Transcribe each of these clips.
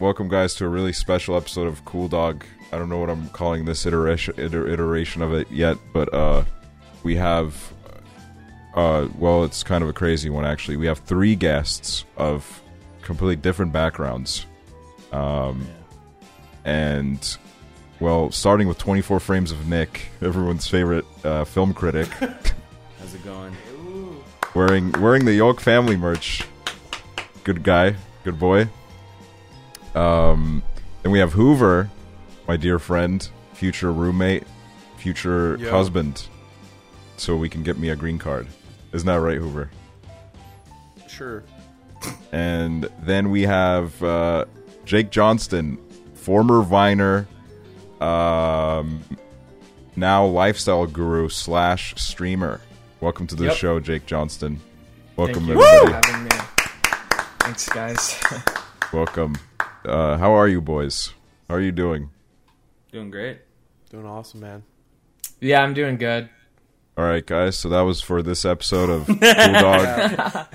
Welcome, guys, to a really special episode of Cool Dog. I don't know what I'm calling this iteration iter- iteration of it yet, but uh, we have. Uh, well, it's kind of a crazy one actually. We have three guests of completely different backgrounds, um, and well, starting with 24 frames of Nick, everyone's favorite uh, film critic, How's it going? wearing wearing the York family merch. Good guy, good boy. Um, then we have Hoover, my dear friend, future roommate, future Yo. husband. So we can get me a green card. Isn't that right, Hoover? Sure. And then we have uh, Jake Johnston, former Viner, um, now lifestyle guru slash streamer. Welcome to the Yep. show, Jake Johnston. Welcome, Thank you for everybody. having me. Thanks, guys. Welcome. Uh, how are you, boys? How are you doing? Doing great. Doing awesome, man. Yeah, I'm doing good. All right, guys. So that was for this episode of Cool Dog.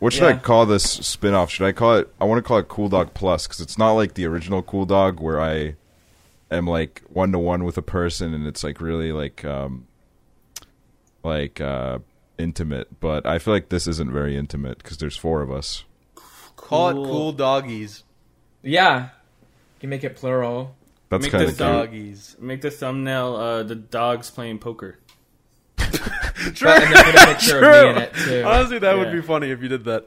What should I Yeah. call this spin-off? Should I call it? I want to call it Cool Dog Plus because it's not like the original Cool Dog where I am like one to one with a person and it's like really like um like uh intimate. But I feel like this isn't very intimate because there's four of us. Call Cool. it cool doggies. Yeah, you make it plural. That's Make kind this of cute. Doggies. Make the thumbnail uh, the dogs playing poker. But, and then put a picture of me in it too. Honestly, that would Yeah. be funny if you did that.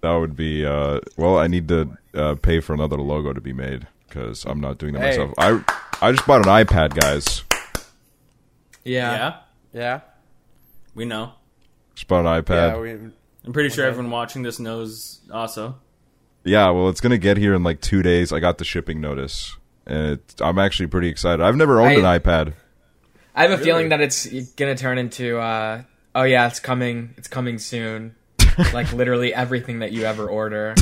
That would be uh well. I need to uh, pay for another logo to be made because I'm not doing that Hey. myself. I I just bought an iPad, guys. yeah. Yeah. Yeah. we know. Just bought an iPad. Yeah. We, I'm pretty sure Okay. everyone watching this knows also. Yeah, well, it's gonna get here in like two days. I got the shipping notice, and it, I'm actually pretty excited. I've never owned I- an iPad. I have a feeling that it's gonna turn into. Uh, oh yeah, it's coming. It's coming soon. like literally everything that you ever order.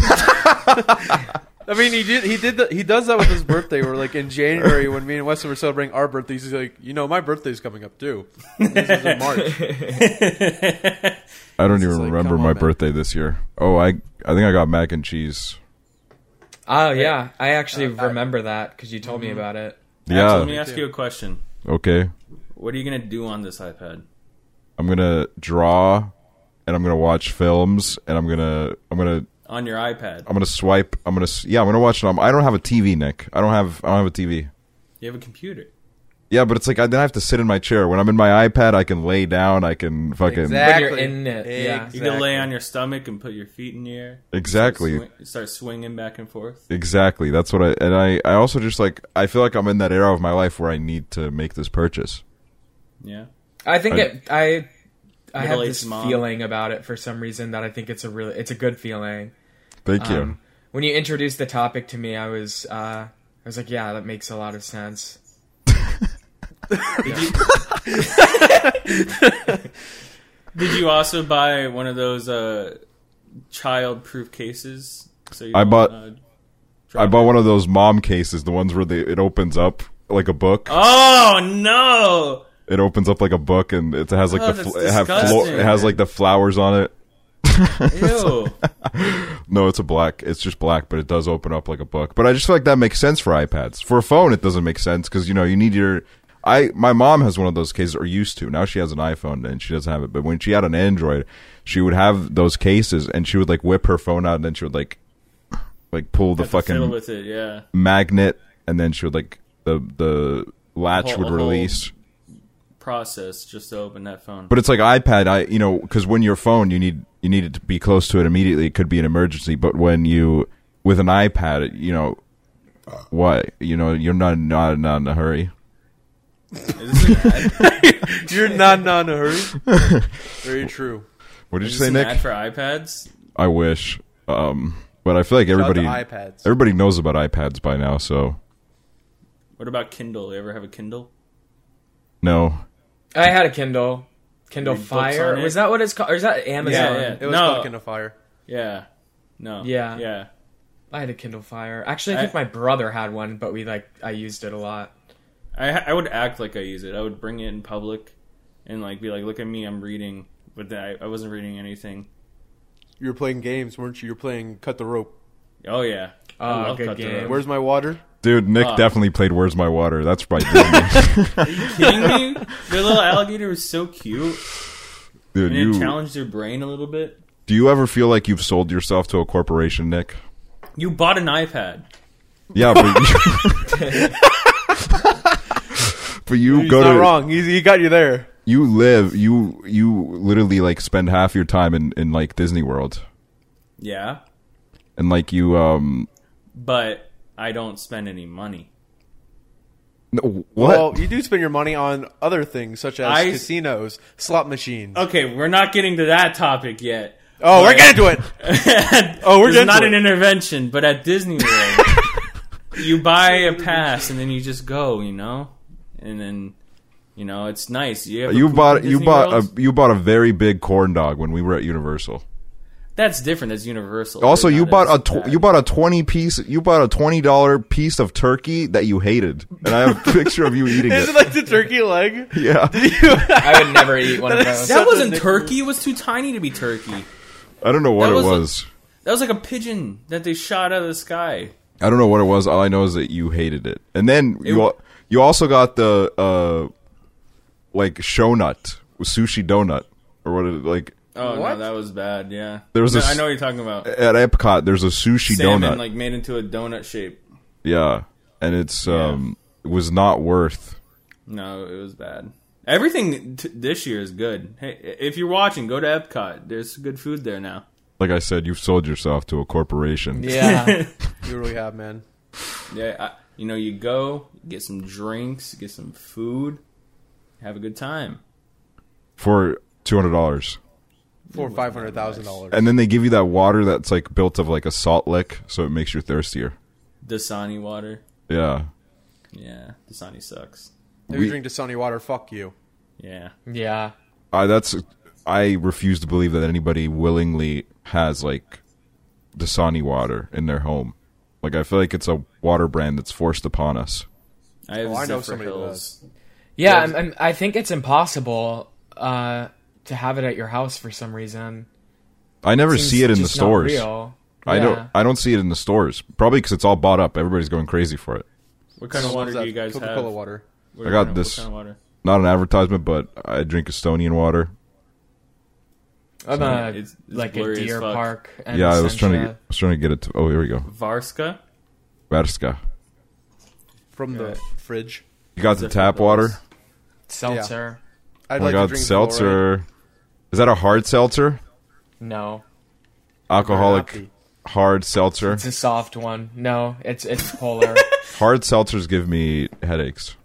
I mean, he did. He did. The, he does that with his birthday. Where like in January, when me and Weston were celebrating our birthdays, he's like, you know, my birthday's coming up too. This is in March. I don't is even like, remember come on, my man. birthday this year. Oh, I I think I got mac and cheese. Oh yeah, I actually remember that because you told me about it. Yeah. Actually, let me ask too. you a question. Okay, What are you gonna do on this iPad? I'm gonna draw, and I'm gonna watch films, and I'm gonna I'm gonna On your iPad? Oh. I'm gonna swipe. I'm gonna s- yeah. I'm gonna watch it. on- I don't have a TV, Nick. I don't have I don't have a TV. You have a computer. Yeah, but it's like I then I have to sit in my chair. When I'm in my iPad, I can lay down. I can fucking Exactly. When you're in it, yeah. You can lay on your stomach and put your feet in the air. exactly. Swing- start swinging back and forth. Exactly. That's what I and I I also just like I feel like I'm in that era of my life where I need to make this purchase. Yeah. I think I- it. I. I have Middle-aged this mom. feeling about it for some reason that I think it's a really. It's a good feeling. Thank you. Um, when you introduced the topic to me, I was. Uh, I was like, yeah, that makes a lot of sense. Did you also buy one of those uh, child-proof cases? So you I don't, bought- Uh, I bought one of those mom cases, the ones where they it opens up like a book. Oh no! It opens up like a book and it has like Oh, the that's fl- it, have flo- disgusting. it has like the flowers on it. Ew. No, it's a black. It's just black, but it does open up like a book. But I just feel like that makes sense for iPads. For a phone, it doesn't make sense because you know you need your. I my mom has one of those cases, or used to. Now she has an iPhone and she doesn't have it. But when she had an Android, she would have those cases, and she would like whip her phone out, and then she would like, like pull the fiddle fucking with it, yeah. magnet, and then she would like the the latch Whole- would a whole- release. Process just to open that phone. But it's like iPad. I you know because when your phone you need you need it to be close to it immediately. It could be an emergency. But when you with an iPad, it- you know what you know you're not not not in a hurry. Is this an ad? You're not not in a hurry. Very true. What did Is you say, this an Nick? ad for iPads? I wish. Um, but I feel like Shout out to everybody iPads. everybody knows about iPads by now. So What about Kindle? You ever have a Kindle? no, I had a Kindle. Kindle Read books on Fire. it? Was that what it's called? Or is that Amazon? Yeah, yeah. It was No. fucking a fire. Yeah. No. Yeah. Yeah. I had a Kindle Fire. Actually, I think I- my brother had one, but we like I used it a lot. I I would act like I use it. I would bring it in public and like be like, look at me, I'm reading. But then I, I wasn't reading anything. You were playing games, weren't you? You were playing cut the rope. Oh yeah. Oh, love good Cut to game. Rope. Where's my water? Dude, Nick Ah. definitely played Where's My Water. That's by Disney. Kidding me? Their little alligator was so cute, Dude, and it you challenged their brain a little bit. do you ever feel like you've sold yourself to a corporation, Nick? You bought an iPad. Yeah, but you, but you He's go not to wrong. He's, he got you there. you live you you literally like spend half your time in in like Disney World Yeah, and like you um but I don't spend any money. no, what Well, you do spend your money on other things such as I- Oh, casinos, slot machines. Okay, we're not getting to that topic yet. oh, we're getting to it. oh, we're getting not to an it. intervention, but at Disney World, you buy a pass and then you just go. You know, and then you know it's nice. You, ever you poop at bought you Disney bought World? a you bought a very big corn dog when we were at Universal. That's different. That's Universal. Also, They're you not bought as a tw- bad. you bought a twenty piece you bought a twenty dollar piece of turkey that you hated, and I have a picture of you eating Is it it. like the turkey leg? Yeah, I would never eat one of those. That Such a wasn't nickname. turkey. It was too tiny to be turkey. I don't know what That it was was. a- That was like a pigeon that they shot out of the sky. I don't know what it was. All I know is that you hated it, and then you w- al- you also got the uh like shonut sushi donut or what it like Oh What? no, that was bad. Yeah, There was No, a I s- know what you're talking about. at Epcot. There's a sushi Salmon donut. like made into a donut shape. yeah, and it's um it was not worth. No, it was bad. Everything t- this year is good. Hey, i- if you're watching, go to Epcot. There's good food there now. Like I said, you've sold yourself to a corporation. Yeah. You really have, man. Yeah, I, you know, you go get some drinks, get some food, have a good time. for two hundred dollars, For five hundred thousand dollars. and then they give you that water that's like built of like a salt lick, so it makes you thirstier. Dasani water. Yeah, Yeah, Dasani sucks. If we- you drink Dasani water, fuck you. Yeah, yeah. I that's I refuse to believe that anybody willingly has like Dasani water in their home. Like I feel like it's a water brand that's forced upon us. I have Oh, I know Zephyr somebody who Hills. Yeah, I'm, I'm, I think it's impossible uh, to have it at your house for some reason. I never Seems see it in the just not stores. real. I Yeah. don't. I don't see it in the stores. Probably because it's all bought up. Everybody's going crazy for it. What kind of water do you guys Coca have? Cola water. What I got kind of- this. What kind of water? Not an advertisement, but I drink Estonian water. I'm a, It's- it's like a blurry as deer fuck. park. And yeah, I was trying to. Essentia. Get, I was trying to get it. To, oh, here we go. Varska. Varska. From Yeah. the fridge. You got the Zephyr tap Hills. water. seltzer. I'd Oh my god, seltzer. Is that a hard seltzer? No, Alcoholic hard seltzer. it's a soft one. No, it's it's polar. Hard seltzers give me headaches.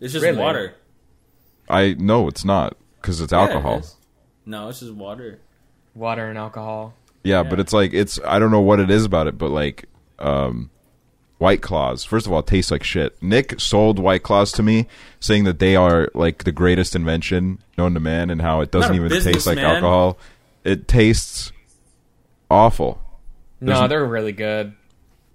It's just Really? water. I no, it's not because it's Yeah, it alcohol. is. no, it's just water. Water and alcohol. Yeah, Yeah. but it's like it's I don't know what it is about it, but like um White Claws, first of all, it tastes like shit. Nick sold White Claws to me, saying that they are like the greatest invention known to man and how it doesn't a even taste like businessman. alcohol. It tastes awful. No, There's- they're really good.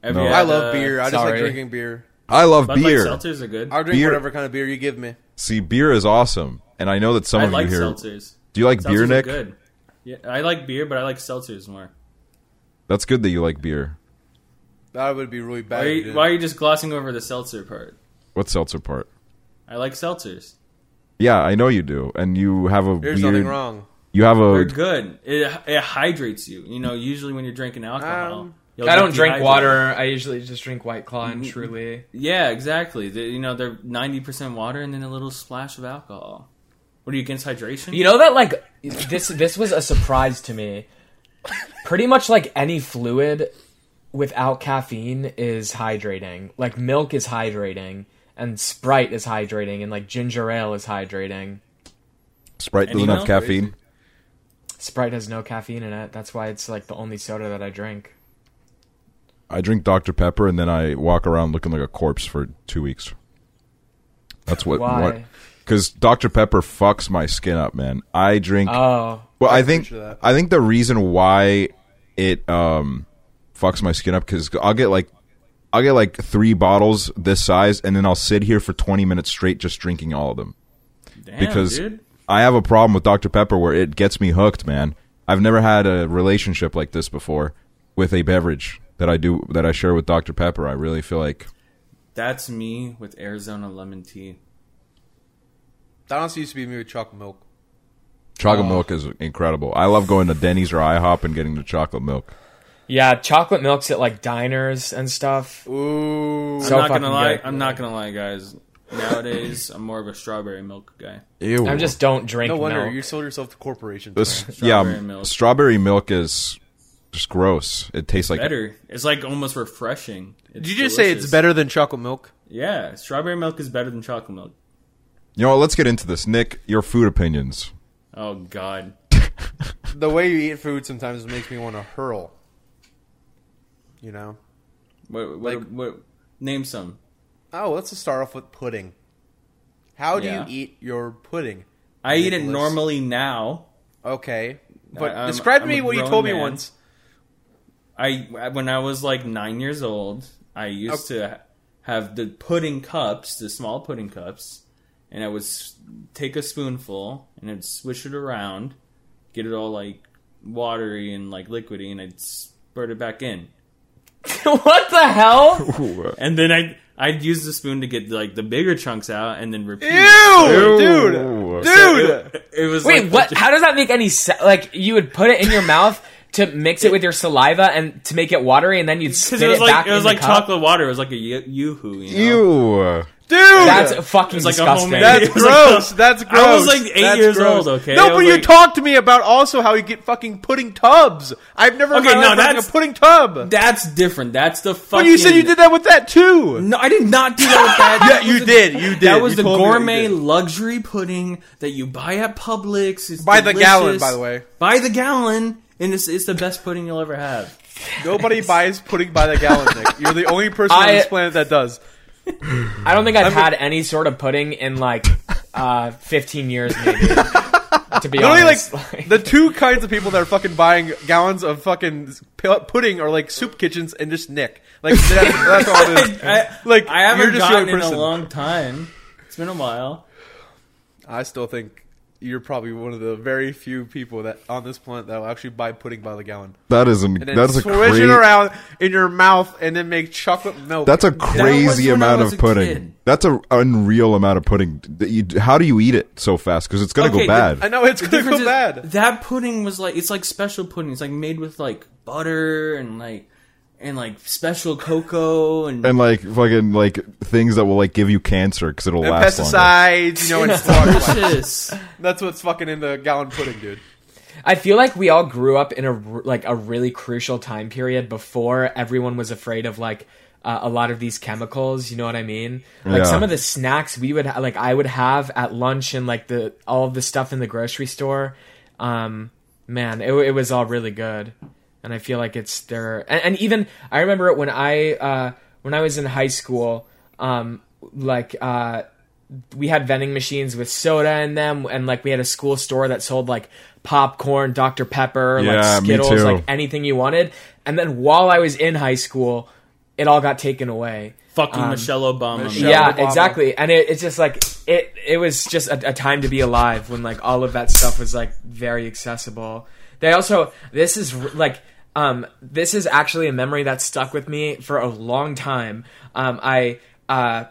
Have No. you Yeah, I had, love uh, beer. I just sorry. like drinking beer. I love Bud Light beer. seltzers are good. I'll drink Beer- whatever kind of beer you give me. See, beer is awesome, and I know that some I of like you here. seltzers. Do you like Seltzers beer, are Nick? Good. Yeah, I like beer, but I like seltzers more. That's good that you like beer. That would be really Why bad. are, if you you, didn't. why are you just glossing over the seltzer part? What seltzer part? I like seltzers. Yeah, I know you do, and you have a There's weird. nothing wrong. You have They're a good. It, it hydrates you. You know, usually when you're drinking alcohol, Um, you'll I get don't drink dehydrated. water. I usually just drink White Claw Mm-hmm. and Truly. Yeah, exactly. They, you know, they're ninety percent water and then a little splash of alcohol. What are you against hydration? You know that like this this was a surprise to me. Pretty much like any fluid without caffeine is hydrating. Like milk is hydrating and Sprite is hydrating and like ginger ale is hydrating. Sprite you doesn't know- have caffeine. Sprite has no caffeine in it. That's why it's like the only soda that I drink. I drink Dr Pepper, and then I walk around looking like a corpse for two weeks. That's what. Why? Because Dr Pepper fucks my skin up, man. I drink. Oh, well, I think picture that. I think the reason why it um fucks my skin up because I'll get like. I'll get like three bottles this size, and then I'll sit here for 20 minutes straight just drinking all of them. Damn, because dude. I have a problem with Dr. Pepper where it gets me hooked, man. I've never had a relationship like this before with a beverage. that I do that I share with Dr Pepper. I really feel like That's me with Arizona lemon tea. That honestly used to be me with chocolate milk. chocolate milk is incredible. I love going to Denny's or IHOP and getting the chocolate milk. Yeah, chocolate milks at like diners and stuff. Ooh. So I'm not gonna fucking lie. good. I'm not gonna lie, guys. Nowadays, I'm more of a strawberry milk guy. Ew. I just don't drink No wonder milk. you sold yourself to corporations. This, man. yeah, Strawberry m- milk. strawberry milk is just gross. It tastes like Better. It's like almost refreshing. Did you just say it's better than chocolate milk? Yeah, strawberry milk is better than chocolate milk. You know, what, let's get into this. Nick, your food opinions. Oh God. The way you eat food sometimes makes me want to hurl. You know. What? What? Like- what name some. Oh, let's just start off with pudding. How do Yeah. you eat your pudding? I eat it Nicholas. normally now. Okay, but Uh, I'm- describe to I'm me a what you grown told me man. once. I when I was like nine years old, I used to have the pudding cups, the small pudding cups, and I would s- take a spoonful and I'd swish it around, get it all like watery and like liquidy, and I'd spurt it back in, what the hell? and then I I'd use the spoon to get like the bigger chunks out, and then repeat. Ew, dude, dude. It, it was Wait, like- what? How does that make any sense? Like you would put it in your mouth to mix it with your saliva and to make it watery, and then you'd spit Because it was back like it in was the like cup? chocolate water. It was like a yoo- yoo-hoo. You know? Ew. Dude, That's fucking It's like a disgusting. homemade- That's It was like gross. the- That's gross. I was like eight That's years gross. old, okay? I No, but was you like- talked to me about also how you get fucking pudding tubs. I've never Okay, okay, no, no, that's- a pudding tub. That's different. That's the fucking. but you said you did that with that too. No, I did not do that with that. Yeah, That you was the- did. You did. That was You the told me that you gourmet did. luxury pudding that you buy at Publix. It's By the delicious. gallon, by the way. By the gallon, and it's, it's the best pudding you'll ever have. Nobody buys pudding by the gallon, Nick. You're the only person I- on this planet that does. I don't think I've had any sort of pudding in like uh, 15 years, maybe. to be Literally, honest, like the two kinds of people that are fucking buying gallons of fucking pu- pudding are like soup kitchens and just Nick. Like that's, that's all it is. I, Like I haven't you're just the gotten only in a person. long time. It's been a while. I still think you're probably one of the very few people that on this planet that will actually buy pudding by the gallon. That is a And then that's a swish it crazy around in your mouth and then make chocolate milk. that's a was crazy when I amount was of a pudding. kid. That's a unreal amount of pudding. That you- how do you eat it so fast? Because it's gonna go Okay, bad. I know it's gonna difference go is bad. That pudding was like it's like special pudding. It's like made with like butter and like and like special cocoa and, and like fucking like things that will like give you cancer because it'll And last longer. pesticides, you know, and it's stuff. delicious. That's what's fucking in the gallon pudding, dude. I feel like we all grew up in a r- like a really crucial time period before everyone was afraid of like uh, a lot of these chemicals. You know what I mean? Yeah. Like some of the snacks we would ha- like I would have at lunch and like the all of the stuff in the grocery store. Um, man, it, wa- it was all really good, and I feel like it's there. And, and even I remember when I uh, when I was in high school, um, like. Uh, we had vending machines with soda in them and like we had a school store that sold like popcorn dr pepper Yeah, like me skittles too. like anything you wanted and then while i was in high school it all got taken away Fucking Michelle Obama. man. Um, Michelle yeah Obama. exactly and it, it's just like it it was just a, a time to be alive when like all of that stuff was like very accessible they also this is r- like um this is actually a memory that stuck with me for a long time um i uh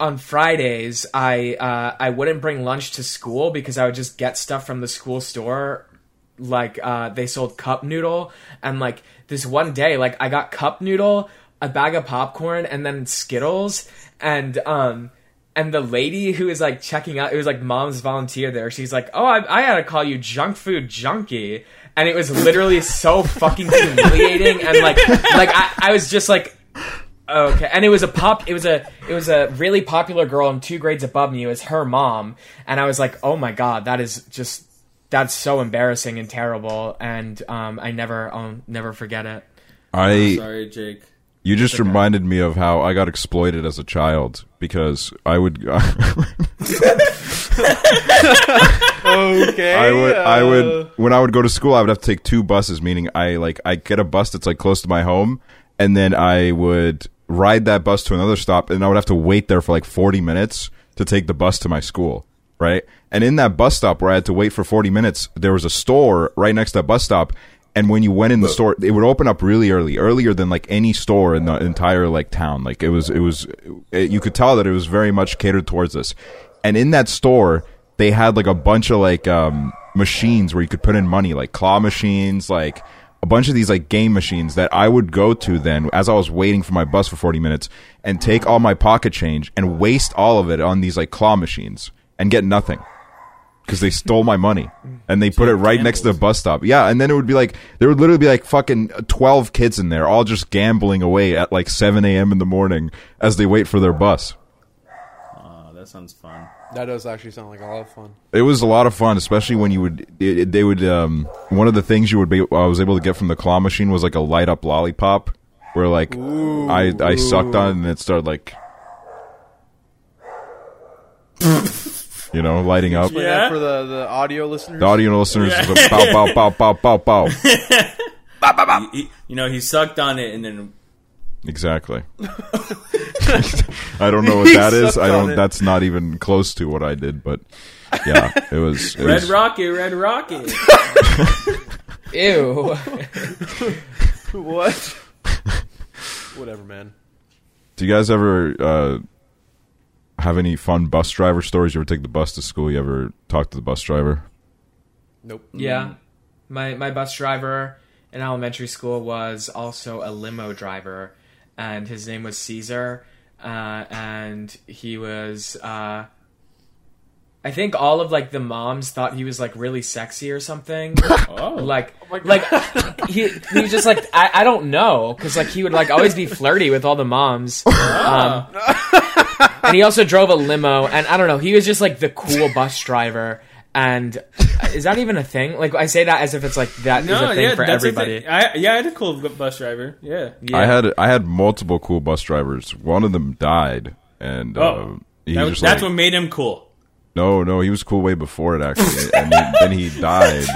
on Fridays, I uh, I wouldn't bring lunch to school because I would just get stuff from the school store like uh they sold cup noodle and like this one day like I got cup noodle, a bag of popcorn and then Skittles and um and the lady who was like checking out it was like mom's volunteer there she's like oh i, I gotta call you junk food junkie and it was literally so fucking humiliating and like like I, I was just like Okay, and it was a pop. It was a it was a really popular girl in two grades above me. It was her mom, and I was like, oh my god, that is just that's so embarrassing and terrible, and um, I never I'll never forget it. I Sorry, Jake. You just reminded me of how I got exploited as a child because I would Okay, I would I uh, would when I would go to school I would have to take two buses meaning I like I get a bus that's like close to my home and then I would ride that bus to another stop and I would have to wait there for like 40 minutes to take the bus to my school right and in that bus stop where I had to wait for 40 minutes there was a store right next to that bus stop And when you went in the store, it would open up really early, earlier than like any store in the entire like town. Like it was, it was, it, you could tell that it was very much catered towards us. And in that store, they had like a bunch of like um, machines where you could put in money, like claw machines, like a bunch of these like game machines that I would go to then as I was waiting for my bus for 40 minutes and take all my pocket change and waste all of it on these like claw machines and get nothing because they stole my money and they put it right next to the bus stop. Yeah, and then it would be like there would literally be like fucking twelve kids in there, all just gambling away at like seven a.m. in the morning as they wait for their bus. Oh, that sounds fun. That does actually sound like a lot of fun. It was a lot of fun, especially when you would it, it- they would um one of the things you would be I was able to get from the claw machine was like a light up lollipop where like I I sucked on it and it started like. You know, lighting up. Play Yeah? that for the, the audio listeners. The audio listeners, is a pow, pow, pow, pow, pow, pow. He- he- you know, he sucked on it and then Exactly. I don't know what that is. sucked I on don't. it. That's not even close to what I did. But yeah, it was. It red was rocket, red rocket. Ew. what? Whatever, man. do you guys ever uh, have any fun bus driver stories? You ever take the bus to school? You ever talk to the bus driver? Nope. yeah. My my bus driver in elementary school was also a limo driver, and his name was Caesar, uh, and he was. Uh, I think all of like the moms thought he was like really sexy or something. Oh, like like he he was just like I, I don't know because like he would like always be flirty with all the moms um, and he also drove a limo and i don't know he was just like the cool bus driver and uh, is that even a thing like i say that as if it's like that is no, a thing yeah, for that's everybody A thing. I, yeah, I had a cool bu- bus driver. Yeah, Yeah. I had I had multiple cool bus drivers. One of them died, and Oh. uh, he That- was just that's like, what made him cool. No, no, he was cool way before it actually, and then, then he died.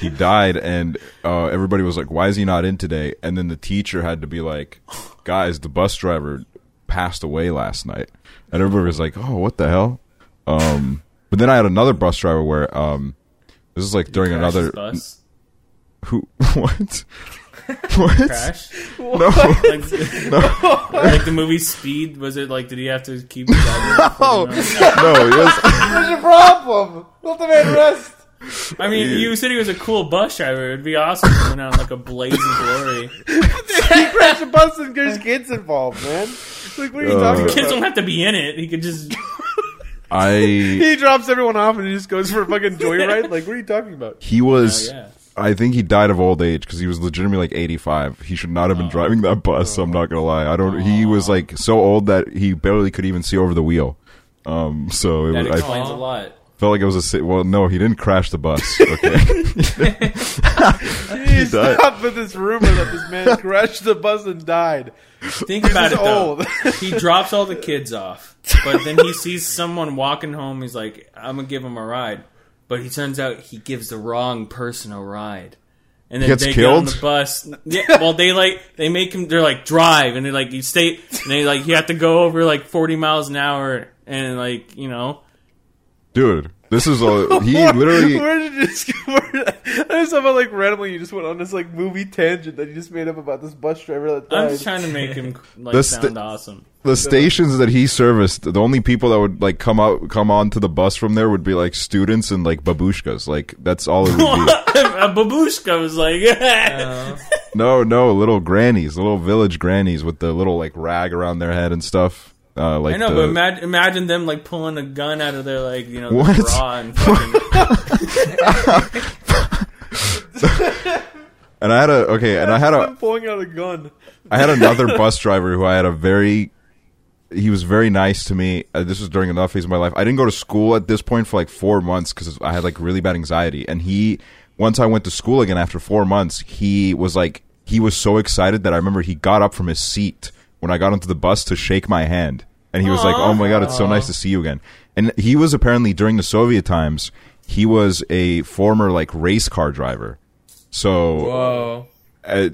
He died, and uh, everybody was like, "Why is he not in today?" And then the teacher had to be like, "Guys, the bus driver passed away last night," and everybody was like, "Oh, what the hell?" Um, but then I had another bus driver where um, this is like during Crashed his another bus who what what crash, no. like, like the movie Speed. Was it like? Did he have to keep driving? No, he was, What's your problem? Let the man rest. I mean, Yeah. you said he was a cool bus driver. It'd be awesome if he went out in like a blaze of glory. he crashed a bus and there's kids involved, man. Like, what are you Uh, talking Kids about? don't have to be in it. He could just. I He drops everyone off and he just goes for a fucking joyride. Like, what are you talking about? he was Oh, yeah. I think he died of old age because he was legitimately like 85. He should not have been driving that bus. I'm not gonna lie. I don't. He was like so old that he barely could even see over the wheel. Um. So it That was, I explains a Aw. lot. felt like it was a si- well. No, he didn't crash the bus. Okay. Jeez, died. stop with this rumor that this man crashed the bus and died. Think about is it though. old. he drops all the kids off, but then he sees someone walking home. He's like, "I'm gonna give him a ride," but he turns out he gives the wrong person a ride, and then Gets they killed? get on the bus. Yeah, well, they like they make him. They're like drive, and they like you stay, and they like you have to go over like 40 miles an hour, and like you know, Dude, this is a he Where- literally. Where did you just? Where, I just somehow like randomly you just went on this like movie tangent that you just made up about this bus driver that died. I'm just trying to make him like This- sound awesome. The stations that he serviced, the only people that would like come out, come on to the bus from there would be like students and like babushkas. Like that's all it would be. a babushka was like, No, no, little grannies, little village grannies with the little like rag around their head and stuff. Uh, like I know, the, but imagine, imagine them like pulling a gun out of their like you know their What? bra and fucking. and I had a okay, and I had I'm a pulling out a gun. I had another bus driver who I had a very he was very nice to me. Uh, this was during another phase of my life. I didn't go to school at this point for like four months because I had like really bad anxiety. And he, once I went to school again after four months, he was like, he was so excited that I remember he got up from his seat when I got onto the bus to shake my hand. And he was like, oh my God, it's so nice to see you again. And he was apparently during the Soviet times, he was a former like race car driver. So whoa uh,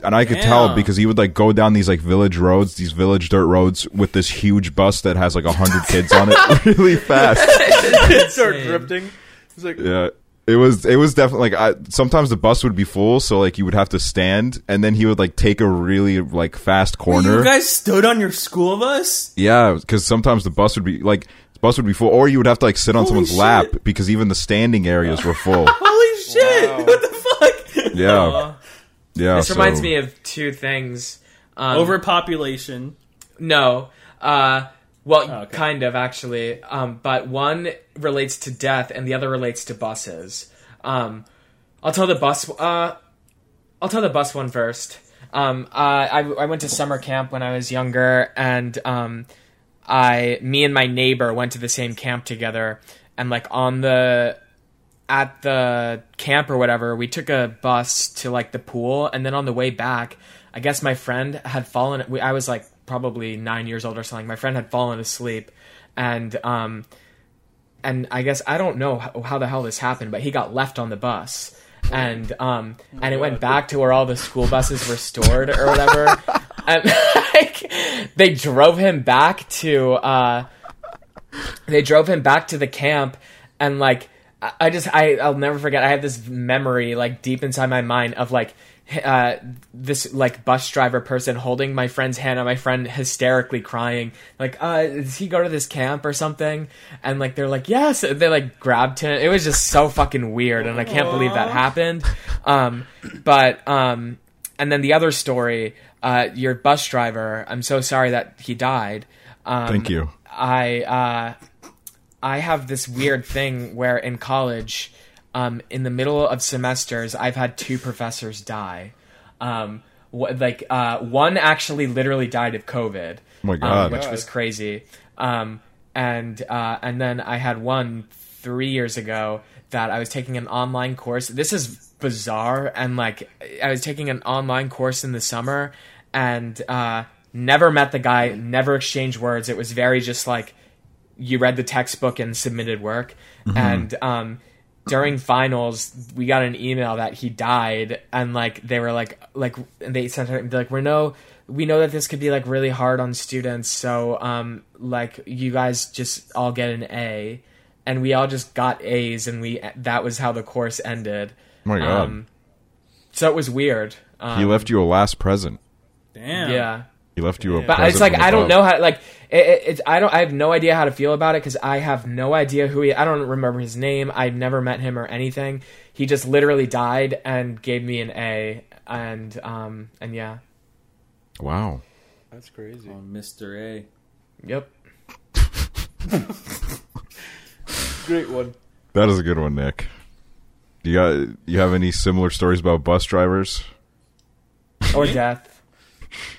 and I could tell Damn. because he would like go down these like village roads, these village dirt roads with this huge bus that has like a hundred kids on it, really fast. It started drifting. He's like, Yeah, It was it was definitely like I sometimes the bus would be full, so like you would have to stand, and then he would like take a really like fast corner. You guys stood on your school bus? yeah, because sometimes the bus would be like the bus would be full, or you would have to like sit on Holy someone's shit. lap because even the standing areas were full. Holy shit! What the fuck? Yeah, yeah. This reminds so- me of two things. Um, Overpopulation. No. Uh, well, okay. kind of actually. Um, but one relates to death, and the other relates to buses. Um, I'll tell the bus. Uh, I'll tell the bus one first. Um, uh, I I went to summer camp when I was younger, and um, I me and my neighbor went to the same camp together, and like on the at the camp or whatever, we took a bus to like the pool, and then on the way back, I guess my friend had fallen. We, I was like probably nine years old or something. My friend had fallen asleep, and um, and I guess I don't know how, how the hell this happened, but he got left on the bus, and um, and it went back to where all the school buses were stored or whatever, and like they drove him back to. Uh, they drove him back to the camp and like I- i just I, i'll never forget i have this memory like deep inside my mind of like h- uh, this like bus driver person holding my friend's hand and my friend hysterically crying like uh does he go to this camp or something and like they're like yes and they like grabbed him it was just so fucking weird and i can't believe that happened um but um and then the other story uh your bus driver i'm so sorry that he died um Thank you. I uh, I have this weird thing where in college, um, in the middle of semesters, I've had two professors die. Um, wh- like uh, one actually literally died of COVID, Oh my um, God. which was crazy. Um, and uh, and then I had one three years ago that I was taking an online course. This is bizarre, and like I was taking an online course in the summer, and uh, never met the guy, never exchanged words. It was very just like you read the textbook and submitted work. Mm-hmm. And um, during finals, we got an email that he died, and like they were like like and they sent her like we're no we know that this could be like really hard on students, so um like you guys just all get an A, and we all just got A's, and we that was how the course ended. Oh my god, Um, so it was weird. Um, he left you a last present. Damn. Yeah. He left you a. But present it's like from I don't above. know how. Like it, it, it's I don't. I have no idea how to feel about it because I have no idea who he. I don't remember his name. I've never met him or anything. He just literally died and gave me an A. And um and yeah. Wow. That's crazy. Oh, Mr. A. Yep. Great one. That is a good one, Nick. You got you have any similar stories about bus drivers? Or death.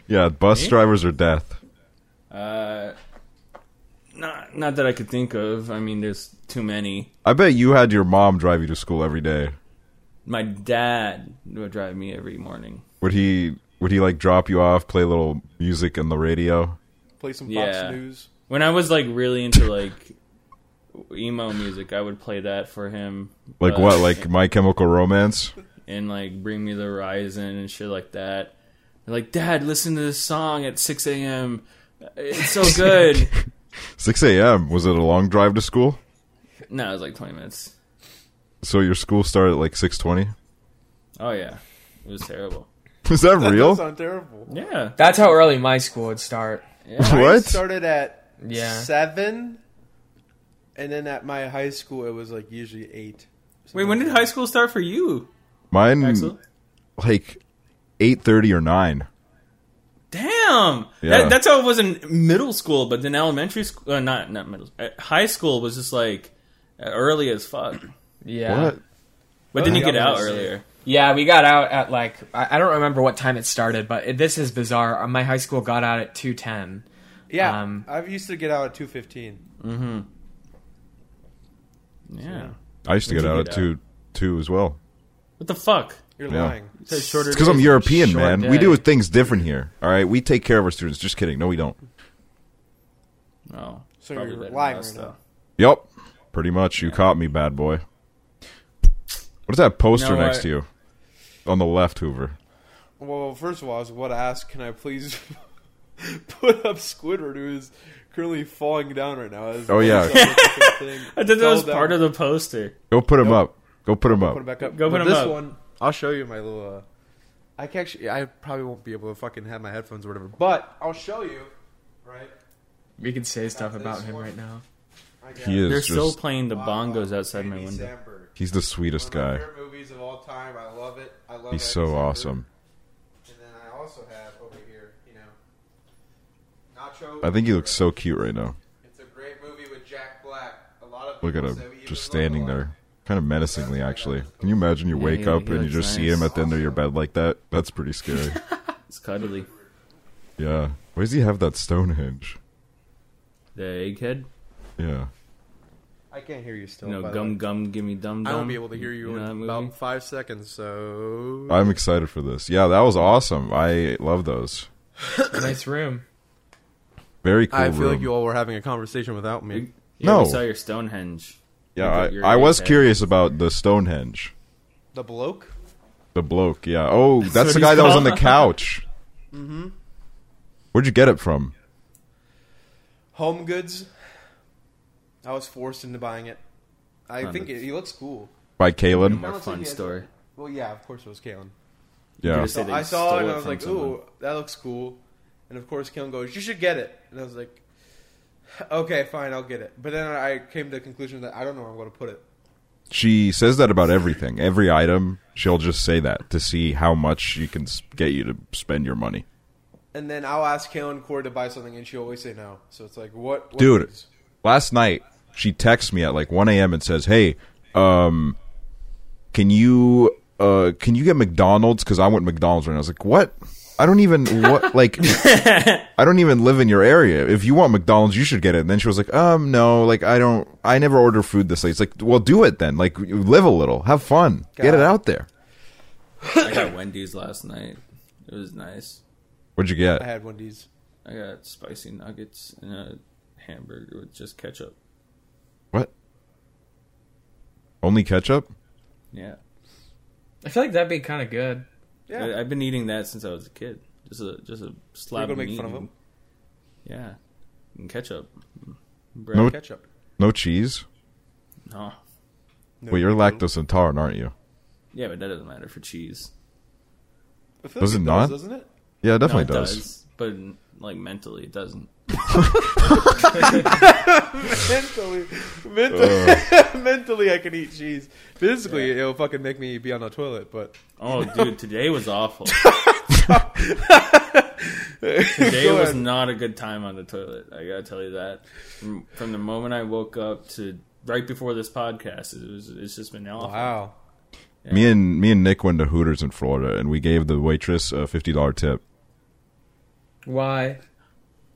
Yeah, bus drivers or death. Uh, not not that I could think of. I mean, there's too many. I bet you had your mom drive you to school every day. My dad would drive me every morning. Would he would he like drop you off, play a little music on the radio? Play some Fox Yeah. News. When I was like really into like emo music, I would play that for him. Like Uh, what? Like My Chemical Romance? and like Bring Me the Horizon and shit like that. They're like, Dad, listen to this song at 6 a.m. It's so good. Six a.m. Was it a long drive to school? no, it was like 20 minutes. So your school started at like six twenty. Oh yeah, it was terrible. Is that, That real? does sound terrible. Yeah, That's how early my school would start. yeah. I what? started at Yeah. seven, and then at my high school it was like usually eight. Wait, when did high school start for you, Mine Axel? like eight thirty or nine. Damn, Yeah. that, that's how it was in middle school, but then elementary school, uh, not not middle, uh, high school was just like uh, early as fuck. Yeah. What? But then Oh, you get yeah, out I see. earlier. Yeah, we got out at like I, I don't remember what time it started, but it, this is bizarre. Uh, My high school got out at two ten. Yeah, Um, I used to get out at two fifteen. Yeah. I used to When'd get you out get at two two as well. What the fuck? You're Yeah. lying. It's like shorter It's because I'm days. European, Short man. day. We do things different here. All right, we take care of our students. Just kidding. No, we don't. Oh, So probably you're better than lying us, right now. though. Yep. Pretty much. You caught me, bad boy. What is that poster No, next I- to you? On the left, Hoover. Well, first of all, I was what ask can I please put up Squidward, who is currently falling down right now? As Oh, yeah. I thought that was part of the poster. Go put him up. Go put them Put it up. back up. Go put Oh. But 'em this up. one, I'll show you my little. Uh, I can actually. I probably won't be able to fucking have my headphones or whatever. But I'll show you. Right. We can say stuff Got about this him one. right now. I got He it. is They're just still playing the bongos Wow. outside my Andy window. Samberg. he's the sweetest One of my guy. favorite movies of all time. I love it. I love He's so Andy Samberg. awesome. And then I also have over here, you know, Nacho. I think he looks so cute right now. It's a great movie with Jack Black. A lot of Look at people him say we even just look standing alike. there. Kind of menacingly, actually. Can you imagine you Yeah, wake he- up he and you looks just see nice. him at the end of your bed like that? That's pretty scary. It's cuddly. yeah. Why does he have that Stonehenge? The egghead. Yeah. I can't hear you still. You know, Oh, by the gum way. gum, give me dum I dum. won't be able to hear you know that in movie? about five seconds. So I'm excited for this. Yeah, that was awesome. I love those. nice room. Very cool. I feel room. like you all were having a conversation without me. You- yeah, No. we saw your Stonehenge. yeah, Your I, I was egghead. curious about the Stonehenge. The bloke. The bloke, yeah. Oh, that's, what the guy he's that was on the called. couch. mm-hmm. Where'd you get it from? Home Goods. I was forced into buying it. I Found think it. it, he looks cool. By Kalen? More Honestly, fun yes. story. Well, yeah, of course it was Kalen. Yeah. Said So they I saw stole it and it I was from like, someone. "Ooh, that looks cool." And of course, Kalen goes, "You should get it." And I was like, "Okay, fine, I'll get it." But then I came to the conclusion that I don't know where I'm going to put it. She says that about everything. Every item, she'll just say that to see how much she can s- get you to spend your money. And then I'll ask Kalen Corey to buy something, and she always say no. So it's like, what, what Dude. is- last night she texts me at like 1 a.m and says hey um can you uh can you get mcdonald's because i want mcdonald's right now i was like what i don't even what like i don't even live in your area if you want mcdonald's you should get it and then she was like um no like i don't i never order food this late it's like well do it then like you live a little have fun get it God. out there I got Wendy's last night. It was nice. what'd you I get had one of these. I got spicy nuggets and a hamburger with just ketchup. what only ketchup Yeah. I feel like that'd be kind of good. Yeah, I, I've been eating that since I was a kid. Just a just a you're slab gonna of make meat. fun of and- him. Yeah, and ketchup. Mm. Bread. Oh. No- Ketchup. no cheese No. No, well you're no. lactose intolerant aren't you Yeah, but that doesn't matter for cheese. I feel Does like it not? Doesn't it? yeah it No, definitely it does. does, but like mentally, it doesn't. mentally, mentally, mentally, I can eat cheese. Physically, it'll fucking make me be on the toilet. But Oh, dude, today was awful. Today Go was ahead. not a good time on the toilet. I gotta tell you that. From, from the moment I woke up to right before this podcast, it was it's just been awful. wow. Me and me and Nick went to Hooters in Florida, and we gave the waitress a fifty dollar tip Why?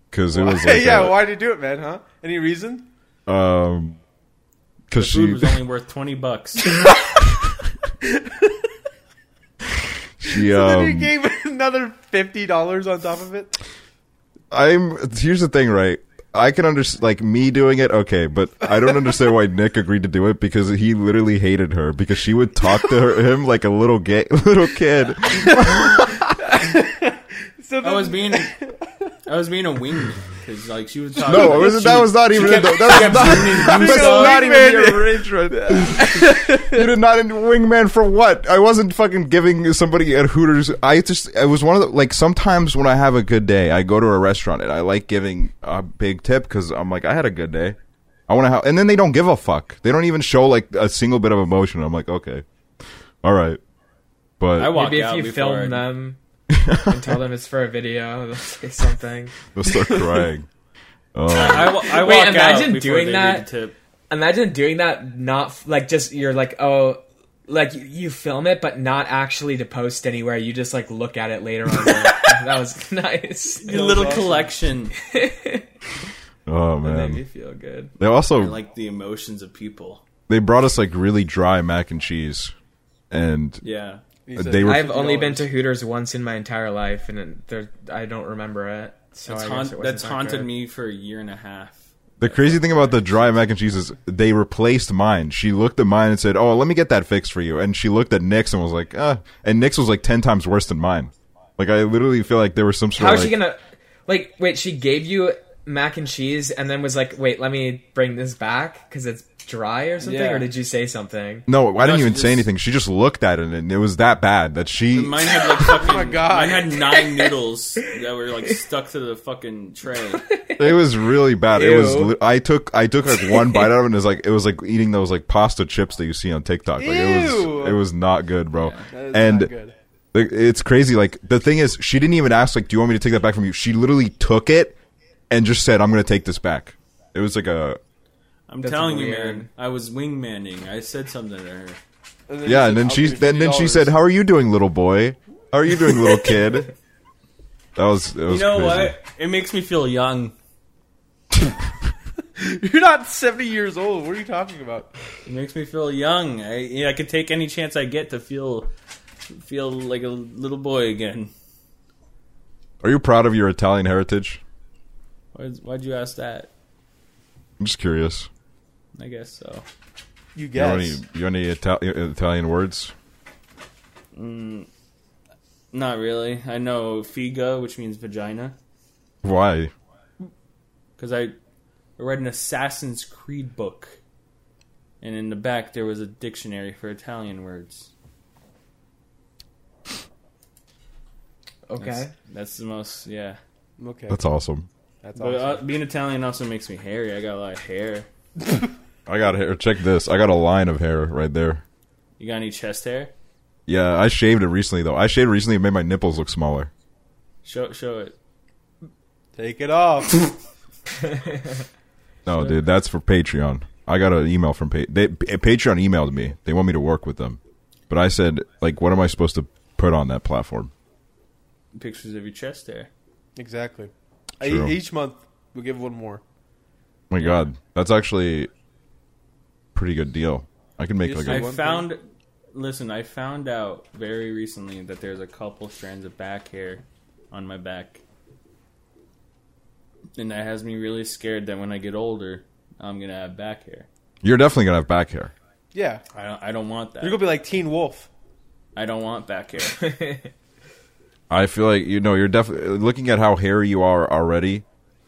because it was like yeah, a- why would you do it, man? Huh? Any reason? um because Food she was only worth twenty bucks. she then you um gave another fifty dollars on top of it. I'm here's the thing right I can understand like me doing it okay but I don't understand why Nick agreed to do it because he literally hated her because she would talk to her, him like a little gay little kid So I then, was being I was being a wingman because like she was talking. no like, it wasn't, she- that was not even in the, that was not, you that was suck. not even Wingman. the arrangement you did not wingman for what I wasn't fucking giving somebody at Hooters I just I was one of the like sometimes when I have a good day I go to a restaurant and I like giving a big tip because I'm like I had a good day I want to help and then they don't give a fuck they don't even show like a single bit of emotion I'm like okay all right but I walk Maybe out if you before I- film them and tell them it's for a video, they'll say something. they'll start crying oh I, wa- I Wait, walk imagine out before doing they that. read the tip. Imagine doing that, not f- like just you're like, oh, like you, you film it, but not actually to post anywhere. You just like look at it later on. that was nice. Your little collection. oh Made me man feel good. they also I like the emotions of people. they brought us like really dry mac and cheese and Yeah. Oh, He said, Uh, They were- I've only been to Hooters once in my entire life, and it- there, I don't remember it. So That's, I haunt, guess it wasn't that's that haunted good. me for a year and a half. The crazy thing about the dry mac and cheese is they replaced mine. She looked at mine and said, "Oh, let me get that fixed for you." And she looked at Nick's and was like, "Uh," and Nick's was like ten times worse than mine. Like I literally feel like there was some sort How of is she like- gonna? Like, wait, she gave you mac and cheese and then was like, wait, let me bring this back because it's dry or something? Yeah. Or did you say something? No, I didn't she even say just- anything. She just looked at it, and it was that bad that she. Mine had Oh like fucking. my God. Mine had nine noodles that were like stuck to the fucking tray. It was really bad. It was. Ew. li- I took. I took like one bite out of it. and It was like it was like eating those like pasta chips that you see on TikTok. Like it Ew. was. It was not good, bro. That is and not good. Like, it's crazy. Like the thing is, she didn't even ask. Like, do you want me to take that back from you? She literally took it and just said, "I'm going to take this back." It was like a I'm That's telling you, weird. man. I was wingmanning. I said something to her. then yeah. she And then said, she "I'll give you then then she $50." said, "How are you doing, little boy? How are you doing, little kid?" That was. That was You know crazy. what? It makes me feel young. "You're not 70 years old. What are you talking about?" It makes me feel young. I you know, I can take any chance I get to feel feel like a little boy again. Are you proud of your Italian heritage? Why'd, why'd you ask that? I'm just curious. I guess so. You You know guess. any, you know any Itali- Italian words? Not really. I know figa, which means vagina, Why? because I read an Assassin's Creed book, and in the back there was a dictionary for Italian words. Okay. That's, that's the most yeah. okay, That's awesome. that's But awesome. uh, being Italian also makes me hairy. I got a lot of hair. I got hair. Check this. I got a line of hair right there. You got any chest hair? Yeah, I shaved it recently though. I shaved it recently. It made my nipples look smaller. Show show it. Take it off. No, dude, that's for Patreon. I got an email from pa- they, P- Patreon. Emailed me. They want me to work with them, but I said, like, what am I supposed to put on that platform? Pictures of your chest hair. exactly. True. I, each month we give one more. my God, that's actually a pretty good deal. I can make You like say a, I one thing. found. Listen, I found out very recently that there's a couple strands of back hair on my back, and that has me really scared that when I get older, I'm gonna have back hair. you're definitely gonna have back hair. Yeah, I don't. I don't want that. you're gonna be like Teen Wolf. I don't want back hair. I feel like you know you're definitely looking at how hairy you are already.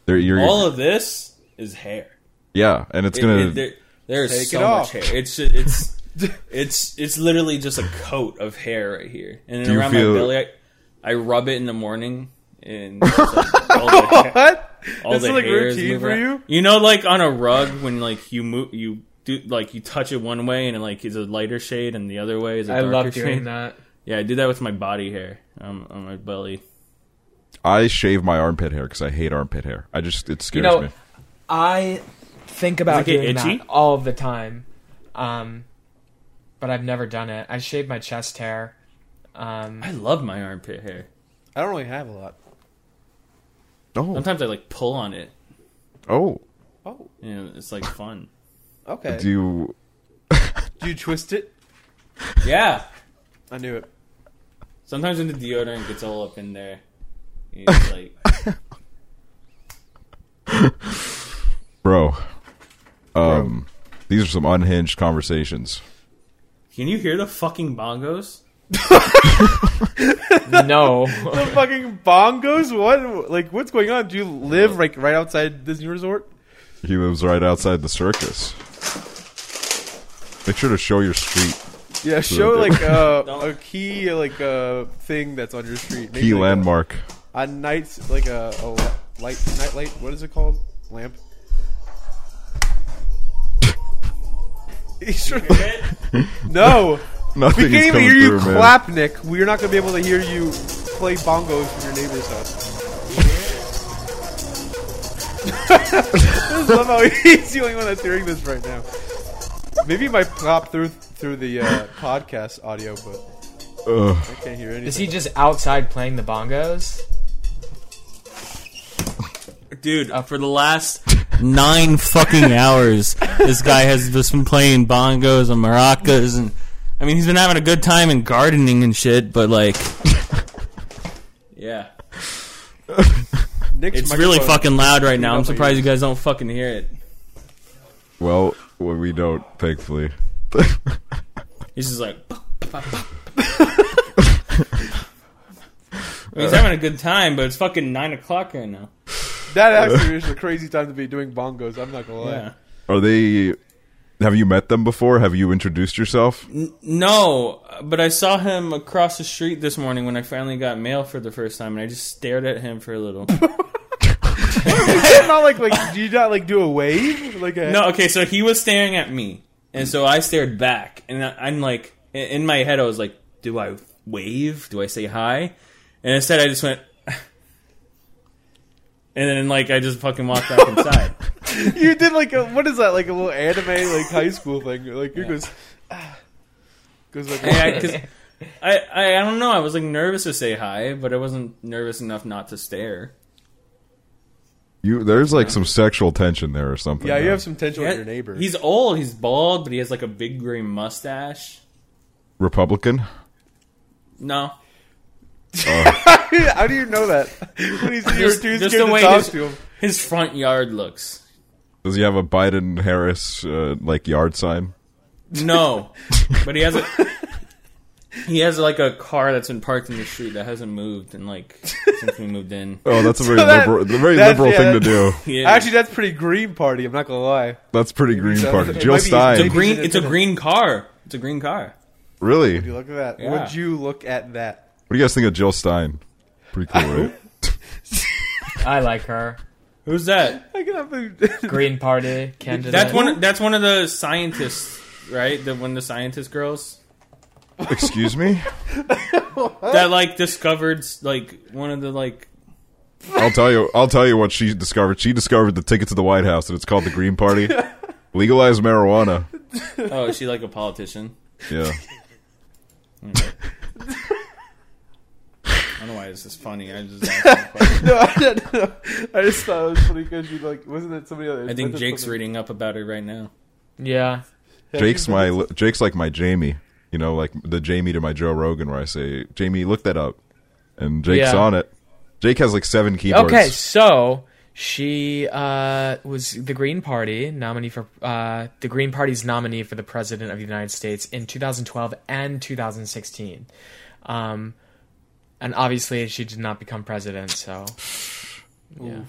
There, you're All of this is hair. yeah, and it's It- gonna it- there- there's Take so it much off. hair. It's ju- it's it's it's literally just a coat of hair right here, and Do then you around feel- my belly, I, I rub it in the morning, and it's like all the hair. What? all That's the like hairs routine move for around. you. You know, like on a rug when like you move, you do like you touch it one way and it like is a lighter shade, and the other way is a I darker love shade. doing that. Yeah, I do that with my body hair um, on my belly. I shave my armpit hair because I hate armpit hair. I just it scares know- me. I think about Does it get doing itchy? that all the time, um, but I've never done it. I shave my chest hair. Um, I love my armpit hair. I don't really have a lot. Oh, Sometimes I like pull on it. oh, Oh, You know, it's like fun. okay. do you? Do you twist it? Yeah. I knew it. Sometimes when the deodorant gets all up in there, it's like bro. Um, these are some unhinged conversations. can you hear the fucking bongos? no, The fucking bongos. What? Like, what's going on? Do you live like right outside Disney Resort? He lives right outside the circus. Make sure to show your street Yeah, show little like uh, Don't. a key like uh, thing that's on your street. Maybe, key like, landmark. A, a night like a, a li- light night light. What is it called? Lamp. You sure- no, we Nothing can't is even coming hear you through, man. clap, Nick. We're not gonna be able to hear you play bongos from your neighbor's house. I just love how he's the only one that's hearing this right now. Maybe it might pop through through the uh, podcast audio, but Ugh. I can't hear anything. is he just outside playing the bongos? Dude, uh, for the last nine fucking hours, this guy has just been playing bongos and maracas, and I mean, he's been having a good time in gardening and shit. But like, yeah, Nick's it's really microphone- fucking loud right now. Up I'm my surprised you ears. guys don't fucking hear it. Well, well, we don't, thankfully. He's just like, he's having a good time, but it's fucking nine o'clock right now. that actually is a crazy time to be doing bongos. I'm not gonna lie. Yeah. Are they? Have you met them before? Have you introduced yourself? No, but I saw him across the street this morning when I finally got mail for the first time, and I just stared at him for a little. Is it not like like do you not like do a wave like a no, okay, so he was staring at me, and so I stared back, and I- I'm like, in- in my head, I was like, do I wave? Do I say hi? And instead, I just went, and then like I just fucking walked back inside. you did like a, what is that like a little anime like high school thing like you goes ah. goes like Yeah, 'cause I, I I don't know. I was like nervous to say hi, but I wasn't nervous enough not to stare. You there's like some sexual tension there or something. yeah you man. have some tension with Yeah, your neighbor He's old. He's bald, but he has like a big gray mustache. Republican. No, how do you know that when he's your Just- dude's just getting the to way talk his- to him his front yard looks. Does he have a Biden Harris uh, like yard sign? No, but he has a. He has like a car that's been parked in the street that hasn't moved in like since we moved in. Oh, that's a very that- liberal, the very that's- liberal yeah, thing to that- do. Yeah. actually that's pretty green party I'm not gonna lie That's pretty green so. party. It Jill might be- Stein, it's a Maybe green. he's It's a gonna- green car. It's a green car. really? you What look at that Yeah. would you look at that do you guys think of Jill Stein? Pretty cool, right? I like her. Who's that? I cannot believe Green Party candidate. That's one. That's one of the scientists, right? The one of the scientist girls Excuse me. that like discovered like one of the like I'll tell you. I'll tell you what she discovered. She discovered the ticket to the White House, and it's called the Green Party. Legalize marijuana. Oh, is she like a politician? Yeah. I don't know why this is funny. I just asked a question. no I don't know I just thought it was funny because you like wasn't that somebody else I think Jake's reading up about her right now. Yeah. Jake's my. li- Jake's like my Jamie. You know, like the Jamie to my Joe Rogan, where I say, "Jamie, look that up," and Jake's Yeah. on it. Jake has like seven keyboards. Okay, so she uh, was the Green Party nominee for uh, the Green Party's nominee for the president of the United States in 2012 and 2016. Um, and obviously, she did not become president. So, yeah.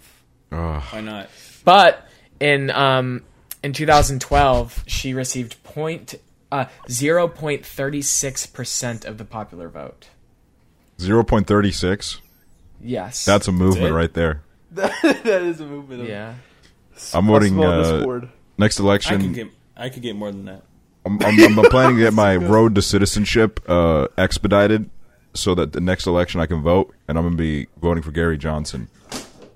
Ugh. Why not? But in um, in 2012, she received point uh, zero point thirty six percent of the popular vote. Zero point thirty six. Yes, That's a movement it? right there. that is a movement of- yeah. I'm I'll voting smell this uh, word. next I could election. get I could get more than that. I'm, I'm, I'm planning to get my road to citizenship uh, expedited so that the next election I can vote, and I'm going to be voting for Gary Johnson.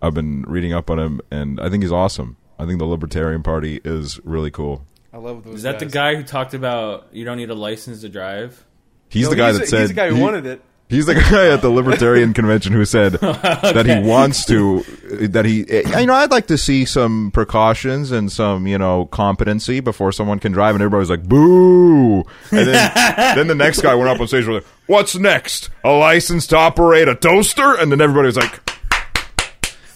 I've been reading up on him, and I think he's awesome. I think the Libertarian Party is really cool. I love those Is that the guys. guy who talked about you don't need a license to drive? He's No, the guy he's that a- said he's the guy who he- wanted it. He's the guy at the Libertarian Convention who said that he wants to, that he, eh, you know, I'd like to see some precautions and some, you know, competency before someone can drive. And everybody was like, boo. And then, then the next guy went up on stage and was like, what's next? A license to operate a toaster? And then everybody was like,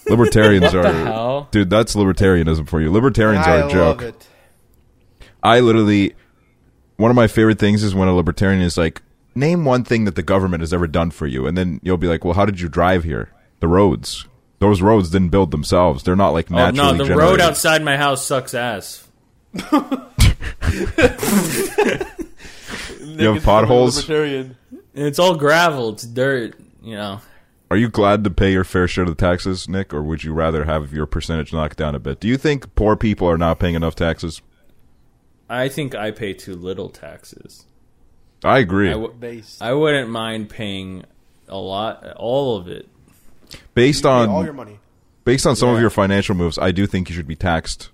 Libertarians are, hell? dude, that's libertarianism for you. Libertarians are I a love joke. it. I literally one of my favorite things is when a libertarian is like, name one thing that the government has ever done for you, and then you'll be like, well, how did you drive here? The roads. Those roads didn't build themselves. They're not like Oh, naturally no, the road generated. outside my house sucks ass. Nick have is becoming a potholes? Libertarian. And it's all gravel. It's dirt. You know. Are you glad to pay your fair share of the taxes, Nick, or would you rather have your percentage knocked down a bit? Do you think poor people are not paying enough taxes? I think I pay too little taxes. I agree. I, w- Based. I wouldn't mind paying a lot, all of it. based Pay all your on money. based on some of your financial moves, I do think you should be taxed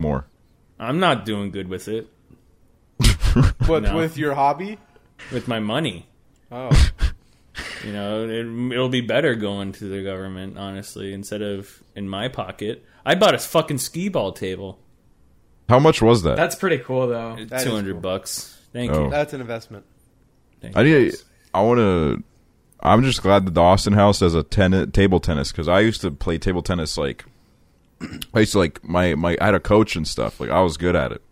more. I'm not doing good with it. But No. with your hobby? With my money, Oh. you know, it, it'll be better going to the government, honestly, instead of in my pocket. I bought a fucking skee ball table. How much was that? That's pretty cool, though. is Two hundred cool. bucks. Thank Oh. you. That's an investment. Thank I you. need. I want to. I'm just glad that the Austin house has a tenni- table tennis because I used to play table tennis like. I used to like my my. I had a coach and stuff. Like I was good at it.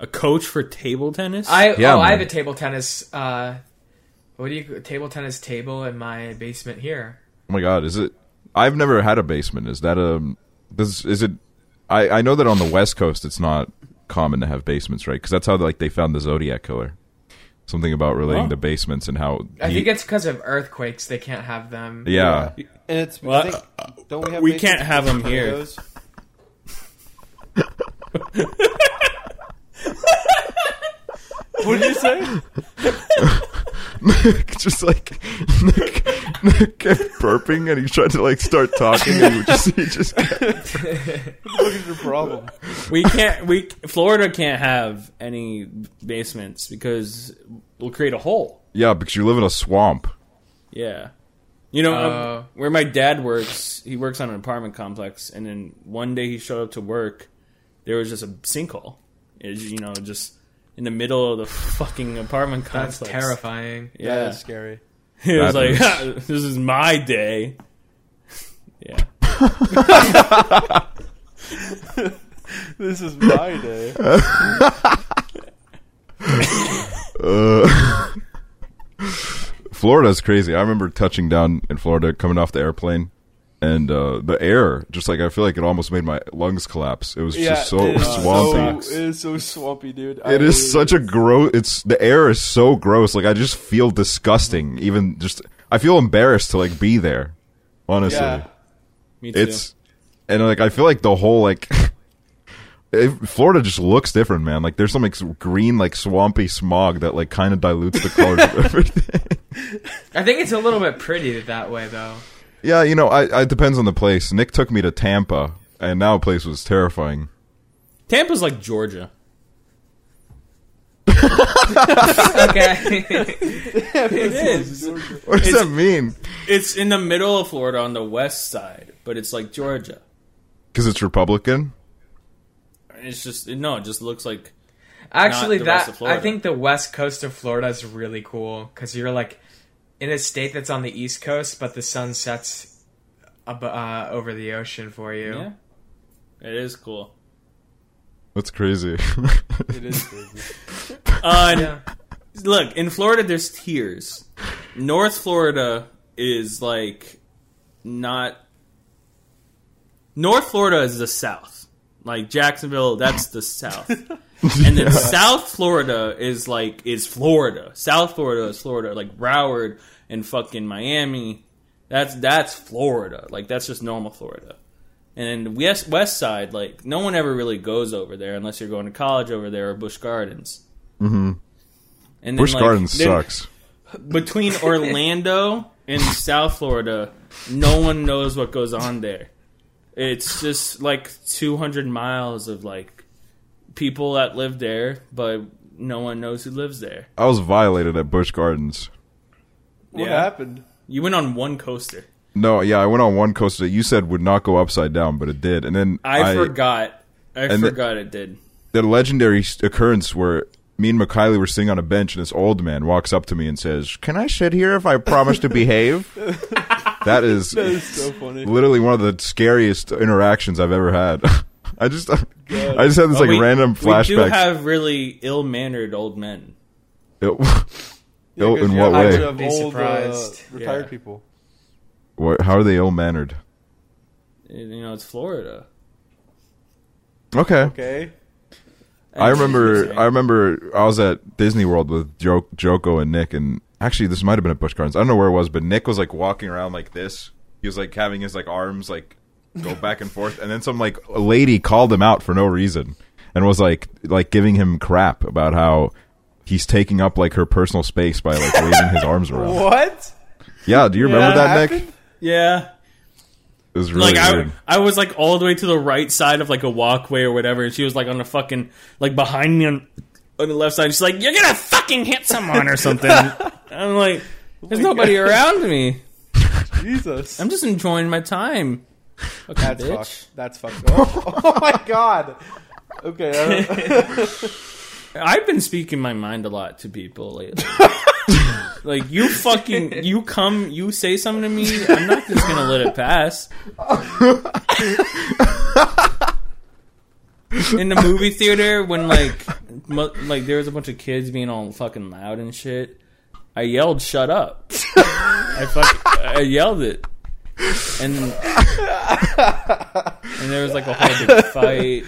a coach for table tennis. I Yeah, oh, I man. have a table tennis. Uh, what do you table tennis table in my basement here? Oh my god, is it? I've never had a basement. Is that a does is it? I I know that on the West Coast it's not common to have basements, right? Because that's how like they found the Zodiac killer. Something about relating Wow. to basements and how I he- think it's because of earthquakes they can't have them. yeah. And it's Well, I think- don't we have we basements can't have for 'em here. tornadoes? What did you say? just like Nick, Nick kept burping and he tried to like start talking and he would just he just What is your problem? we can't. We Florida can't have any basements because we'll create a hole. yeah because you live in a swamp. Yeah. You know, um, Uh. where my dad works, he works on an apartment complex, and then one day he showed up to work, there was just a sinkhole. It was, you know, just in the middle of the fucking apartment That's complex. terrifying. Yeah. That is scary. It was That like, is- "Ha, this is my day. Yeah. This is my day. Uh, Florida's crazy. I remember touching down in Florida, coming off the airplane, and uh, the air just like I feel like it almost made my lungs collapse. It was just so it is swampy. So, it is so swampy, dude. it is such a gross. It's the air is so gross. Like I just feel disgusting. Even just I feel embarrassed to like be there. Honestly, Yeah. Me too. it's and like I feel like the whole like. it- Florida just looks different, man. Like there's some like, green, like swampy smog that like kind of dilutes the colors of everything. I think it's a little bit pretty that way, though. Yeah, you know, I, I it depends on the place. Nick took me to Tampa, and now the place was terrifying. Tampa's like Georgia. Okay. It is. What does It's- that mean? It's in the middle of Florida on the west side, but it's like Georgia. Because it's Republican. It's just, no, it just looks like Actually, Not the rest of that Florida. I think the west coast of Florida is really cool because you're like in a state that's on the east coast, but the sun sets ab- uh, over the ocean for you. Yeah. It is cool. That's crazy. It is crazy. Uh, and Yeah. Look, in Florida, there's tiers. North Florida is like not. North Florida is the South. Like Jacksonville, that's the South. And then South Florida is like is Florida. South Florida is Florida. Like Broward and fucking Miami. That's that's Florida. Like that's just normal Florida. And then west west side, like no one ever really goes over there unless you're going to college over there or Busch Gardens. Mm-hmm. And then, Bush like, Gardens then sucks. Between Orlando and South Florida, no one knows what goes on there. It's just like 200 miles of like people that live there, but no one knows who lives there. I was violated at Bush Gardens. What Yeah. happened? You went on one coaster. No, yeah, I went on one coaster that you said would not go upside down, but it did. And then I, forgot. I And the- forgot it did. the legendary s- occurrence where me and McKiley were sitting on a bench, and this old man walks up to me and says, "Can I sit here if I promise to behave?" that is That is so funny. literally one of the scariest interactions I've ever had. I just, I just had this like We- random We do flashback. have really ill mannered old men. Ill, ill Yeah, 'cause in what you're a bunch way? of Be old, uh, surprised. retired Yeah. people. What, how are they ill mannered? You know, it's Florida. Okay. Okay. I remember. I remember. I was at Disney World with jo- Joko and Nick, and actually, this might have been at Busch Gardens. I don't know where it was, but Nick was like walking around like this. He was like having his like arms like go back and forth, and then some like lady called him out for no reason and was like like giving him crap about how he's taking up like her personal space by like waving his arms around. What? Yeah, do you remember that, Nick? happened? Yeah. It was really like weird. I, I was like all the way to the right side of like a walkway or whatever, and she was like on the fucking like behind me on, on the left side. She's like, "You're gonna fucking hit someone or something." I'm like, "There's nobody around me. Jesus. I'm just enjoying my time." Fucking That's bitch. fucked. That's fucked. Oh, oh my god. Okay. I don't- I've been speaking my mind a lot to people lately. like you fucking you come you say something to me, I'm not just gonna let it pass. In the movie theater, when like mo- like there was a bunch of kids being all fucking loud and shit, I yelled "Shut up!" I fuck I yelled it. and and there was like a whole big fight.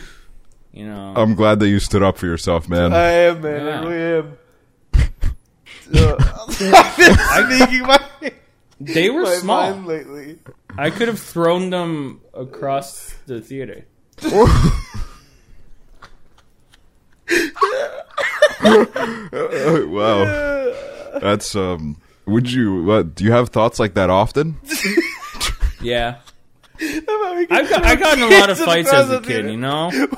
You know, Oh. I'm glad that you stood up for yourself, man. I am, man. Yeah. I really am. I'm sneaking my, they were my small. mind lately. I could have thrown them across the theater. Oh, wow, that's um. Would you? What, do you have thoughts like that often? Yeah, I I got I got in a lot of Jesus fights Christ, as a that's kid. it. You know,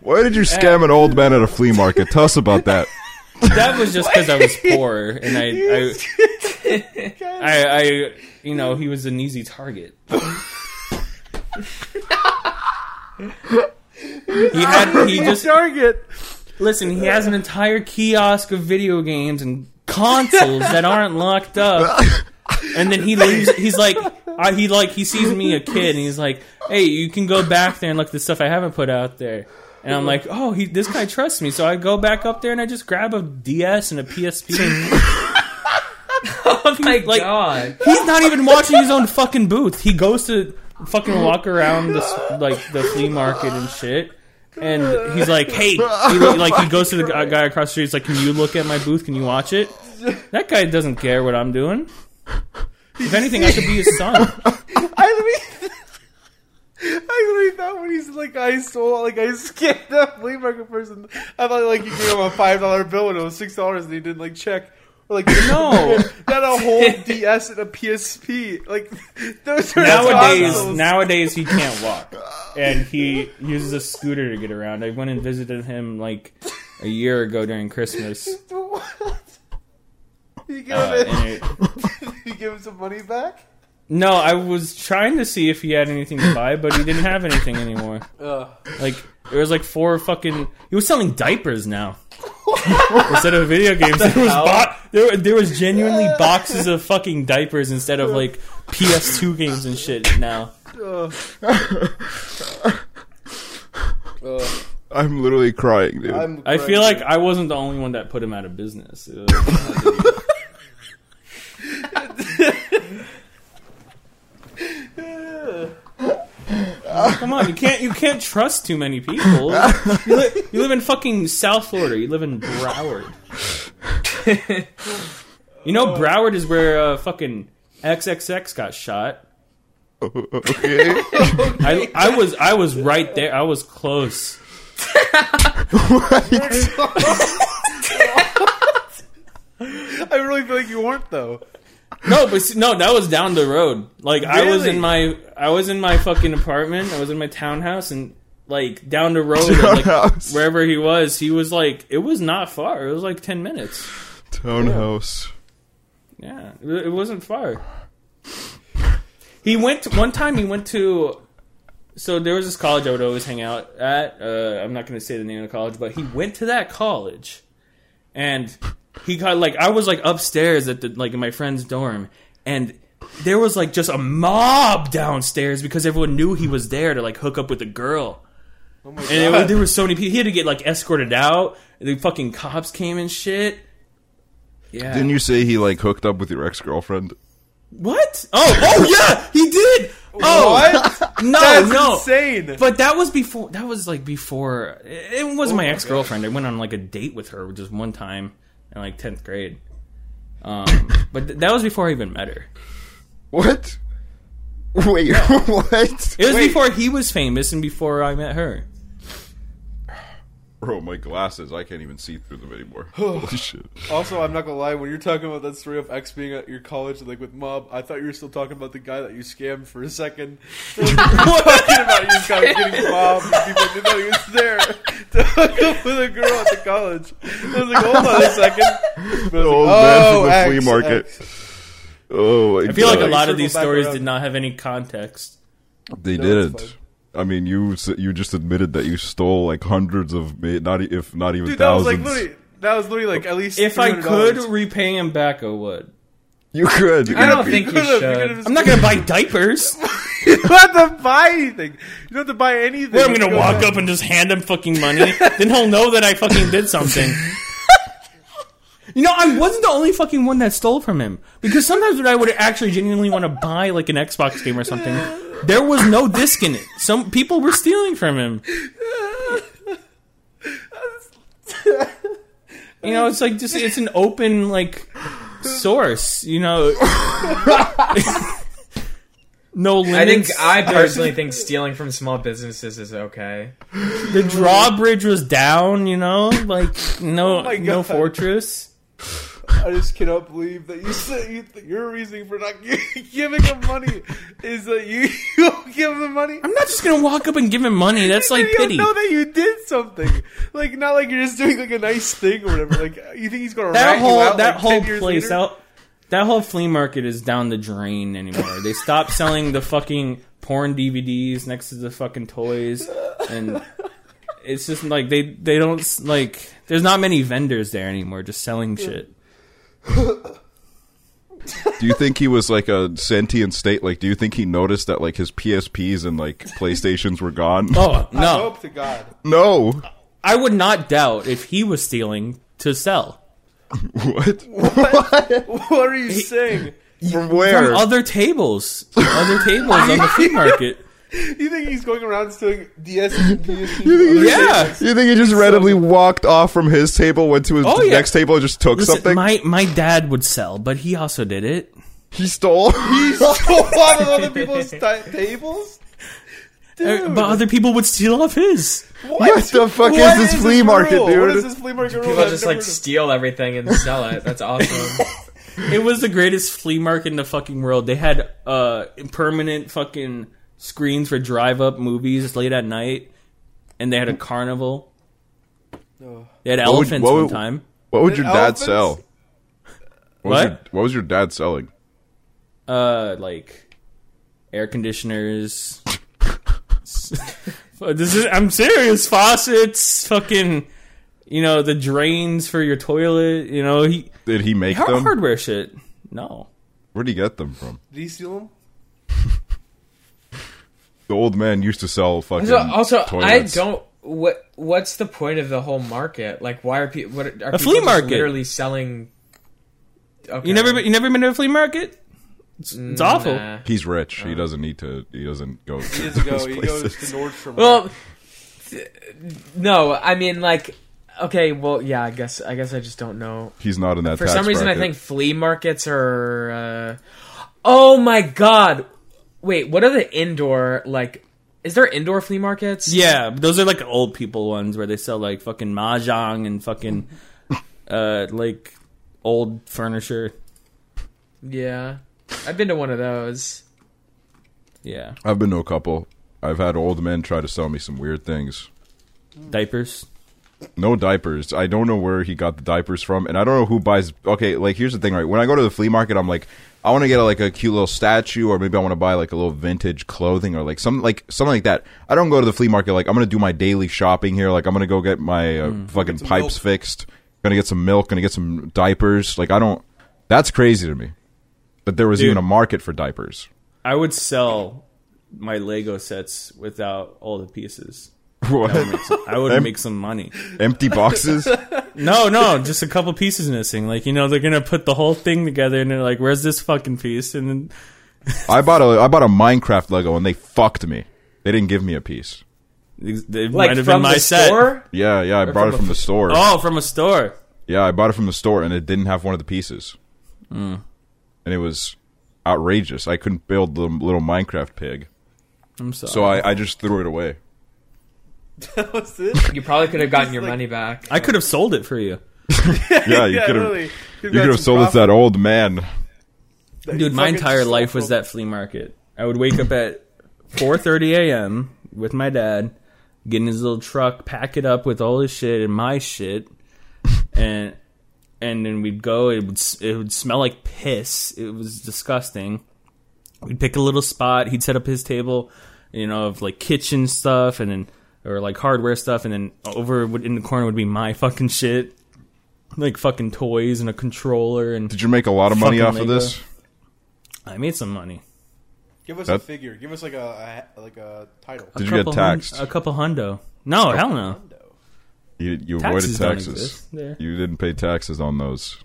Why did you scam an old man at a flea market? Tell us about that. that was just because I was poor and I, I I I you know he was an easy target. He had he just target. Listen, he has an entire kiosk of video games and consoles that aren't locked up. And then he leaves. He's like, I, he like he sees me a kid, and he's like, "Hey, you can go back there and look at the stuff I haven't put out there." And I'm like, "Oh, he, this guy trusts me." So I go back up there and I just grab a DS and a PSP. Oh my Like- god. he's not even watching his own fucking booth. He goes to fucking walk around the s- like the flea market and shit. And he's like, "Hey," he, lo- like he goes to the gu- guy across the street. He's like, "Can you look at my booth? Can you watch it?" That guy doesn't care what I'm doing. If anything, I could be his son. I literally, I literally thought when he's like, I stole, like I scammed that flea market person. I thought like you gave him a five dollar bill and it was six dollars and he didn't like check. Or, like No. not a whole DS and a PSP. Like those are Nowadays, consoles. nowadays he can't walk, and he uses a scooter to get around. I went and visited him like a year ago during Christmas, What? You give, uh, him and it, you give him some money back? No, I was trying to see if he had anything to buy, but he didn't have anything anymore. Uh, Like there was like four fucking. He was selling diapers now instead of video games. There was bo- there were- there was genuinely boxes of fucking diapers instead of like PS2 games and shit now. uh, uh, I'm literally crying, dude. I'm I feel crying. like I wasn't the only one that put him out of business. It was- Come on, you can't you can't trust too many people. You, li- you live in fucking South Florida. You live in Broward. You know Broward is where uh, fucking XXX got shot. okay. I I was I was right there. I was close. I really feel like you weren't though. No, but see, no, that was down the road. Like I was Really? in my I was in my fucking apartment. I was in my townhouse, and like down the road, or, like, Townhouse. wherever he was, he was like it was not far. It was like ten minutes. Townhouse. Yeah, it it wasn't far. He went one time. He went to. So there was this college I would always hang out at. Uh, I'm not going to say the name of the college, but he went to that college, and he got like I was like upstairs at the like in my friend's dorm, and there was like just a mob downstairs because everyone knew he was there to like hook up with a girl. and it was- there were so many people. He had to get like escorted out. The fucking cops came and shit. Yeah. Didn't you say he like hooked up with your ex girlfriend? What? Oh, oh yeah, he did. Oh What? no, That's no. insane. But that was before. That was like before. It it was my ex girlfriend. I went on like a date with her just one time in like tenth grade. Um, but th- that was before I even met her. What? Wait, what? It was before he was famous and before I met her. Bro, my glasses. I can't even see through them anymore. Holy shit. Also, I'm not gonna lie. When you're talking about that story of X being at your college, like with mob, I thought you were still talking about the guy that you scammed for a second. talking about you guys getting mobbed. and People didn't know he was there to hook up with a girl at the college. I was like, hold on a second. But I was The old man from like, "Oh, the flea X, market. X." Oh, my I feel like a God. lot of circle these back stories around. did not have any context. They No, it's didn't. I mean, you s- you just admitted that you stole like hundreds of ma- not e- if not even Dude, that was thousands. like literally. That was literally like at least. If I could $300. repay him back, I would. you could. I don't You think you could've- you should. could've just- I'm not gonna buy diapers. You don't have to buy anything. You don't have to buy anything. Where I'm gonna Go walk ahead. up and just hand him fucking money, then he'll know that I fucking did something. You know, I wasn't the only fucking one that stole from him because sometimes when I would actually genuinely want to buy like an Xbox game or something, there was no disc in it. Some people were stealing from him. You know, it's like just it's an open like source. You know, no limits. I think I personally think stealing from small businesses is okay. the drawbridge was down. You know, like Oh no my no God. fortress. I just cannot believe that you said you th- your reasoning for not gi- giving him money is that you, you don't give him money. I'm not just gonna walk up and give him money. That's like you pity. know that you did something. Like not like you're just doing like a nice thing or whatever. Like you think he's gonna that rat you whole out, that like, whole 10 years place later? out that whole flea market is down the drain anymore. they stopped selling the fucking porn DVDs next to the fucking toys, and it's just like they they don't s- like. There's not many vendors there anymore, just selling shit. Do you think he was like a sentient state? Like, do you think he noticed that like his PSPs and like PlayStations were gone? Oh I no, hope to God. No. I would not doubt if he was stealing to sell What? What are you saying? From from where? other tables, other tables on the flea market. You think he's going around stealing DS and PSP? Yeah. you think he just randomly walked off from his table, went to his Oh, yeah. next table, and just took Listen, something? my my dad would sell, but he also did it. He stole. off of other people's ti- tables. Dude, Uh, But other people would steal off his. what? What the fuck is What this flea market, rule? dude? What is this flea market rule? People I've just never like heard of- steal everything and sell it. That's awesome. It was the greatest flea market in the fucking world. They had uh, permanent fucking screens for drive up movies late at night, and they had a carnival. Oh. They had would- elephants what one would- time. What would your An dad elephant? sell? What? Was What? your, what was your dad selling? Uh, like air conditioners. this is I'm serious. Faucets, fucking, you know the drains for your toilet. You know he Did he make hard- them? hardware shit. No, Where'd he get them from? Did he steal them? The old man used to sell fucking. So, also, I toilets. don't. What What's the point of the whole market? Like, why are people? What are, are A people flea just market. literally selling? Okay. you never been- you never been to a flea market. It's, it's awful. Mm, Nah. He's rich. Uh. He doesn't need to. He doesn't go. He To doesn't go. those He goes to places. Nordstrom. Well, th- no, I mean like. Okay, well, yeah, I guess I guess I just don't know. He's not in that. For tax some reason, bracket. I think flea markets are. Uh... Oh my god! Wait, what are the indoor like? Is there indoor flea markets? Yeah, but those are like old people ones where they sell like fucking mahjong and fucking uh like old furniture. yeah. I've been to one of those. Yeah, I've been to a couple. I've had old men try to sell me some weird things. diapers. No diapers. I don't know where he got the diapers from, and I don't know who buys. Okay, like here's the thing, right? When I go to the flea market, I'm like, I want to get like a cute little statue, or maybe I want to buy like a little vintage clothing, or like some like something like that. I don't go to the flea market like I'm gonna do my daily shopping here. Like I'm gonna go get my uh, fucking some pipes milk. fixed. Gonna get some milk. Gonna get some diapers. Like I don't. That's crazy to me. That there was Dude. even a market for diapers. I would sell my Lego sets without all the pieces. What? I would Em- make some money. Empty boxes. No, no, just a couple pieces missing. Like you know, they're gonna put the whole thing together, and they're like, "Where's this fucking piece?" And then I bought a I bought a Minecraft Lego and they fucked me. They didn't give me a piece. it Like might have from been my the set. store. Yeah, yeah, I bought from it from a- the store. Oh, from a store. Yeah, I bought it from the store and it didn't have one of the pieces. And it was outrageous. I couldn't build the little Minecraft pig. I'm sorry. So I, I just threw it away. that was it. You probably could have gotten your like- money back. I could have sold it for you. Yeah, you could have really. you could have sold it to that old man. Dude, my entire life was that flea market. I would wake up at 4:30 a.m. with my dad, get in his little truck, pack it up with all his shit and my shit, and and then we'd go. It would s- it would smell like piss. It was disgusting. We'd pick a little spot. He'd set up his table, you know, of like kitchen stuff and then or like hardware stuff, and then over would- in the corner would be my fucking shit, like fucking toys and a controller and Did you make a lot of money Fucking off of this? I made some money. Give us a That- figure. Give us like a, a like a title. Did you get Couple hun- taxed? Oh. a couple hundo. No, hell no. Hundo. You you Taxes avoided don't taxes. exist there. You didn't pay taxes on those.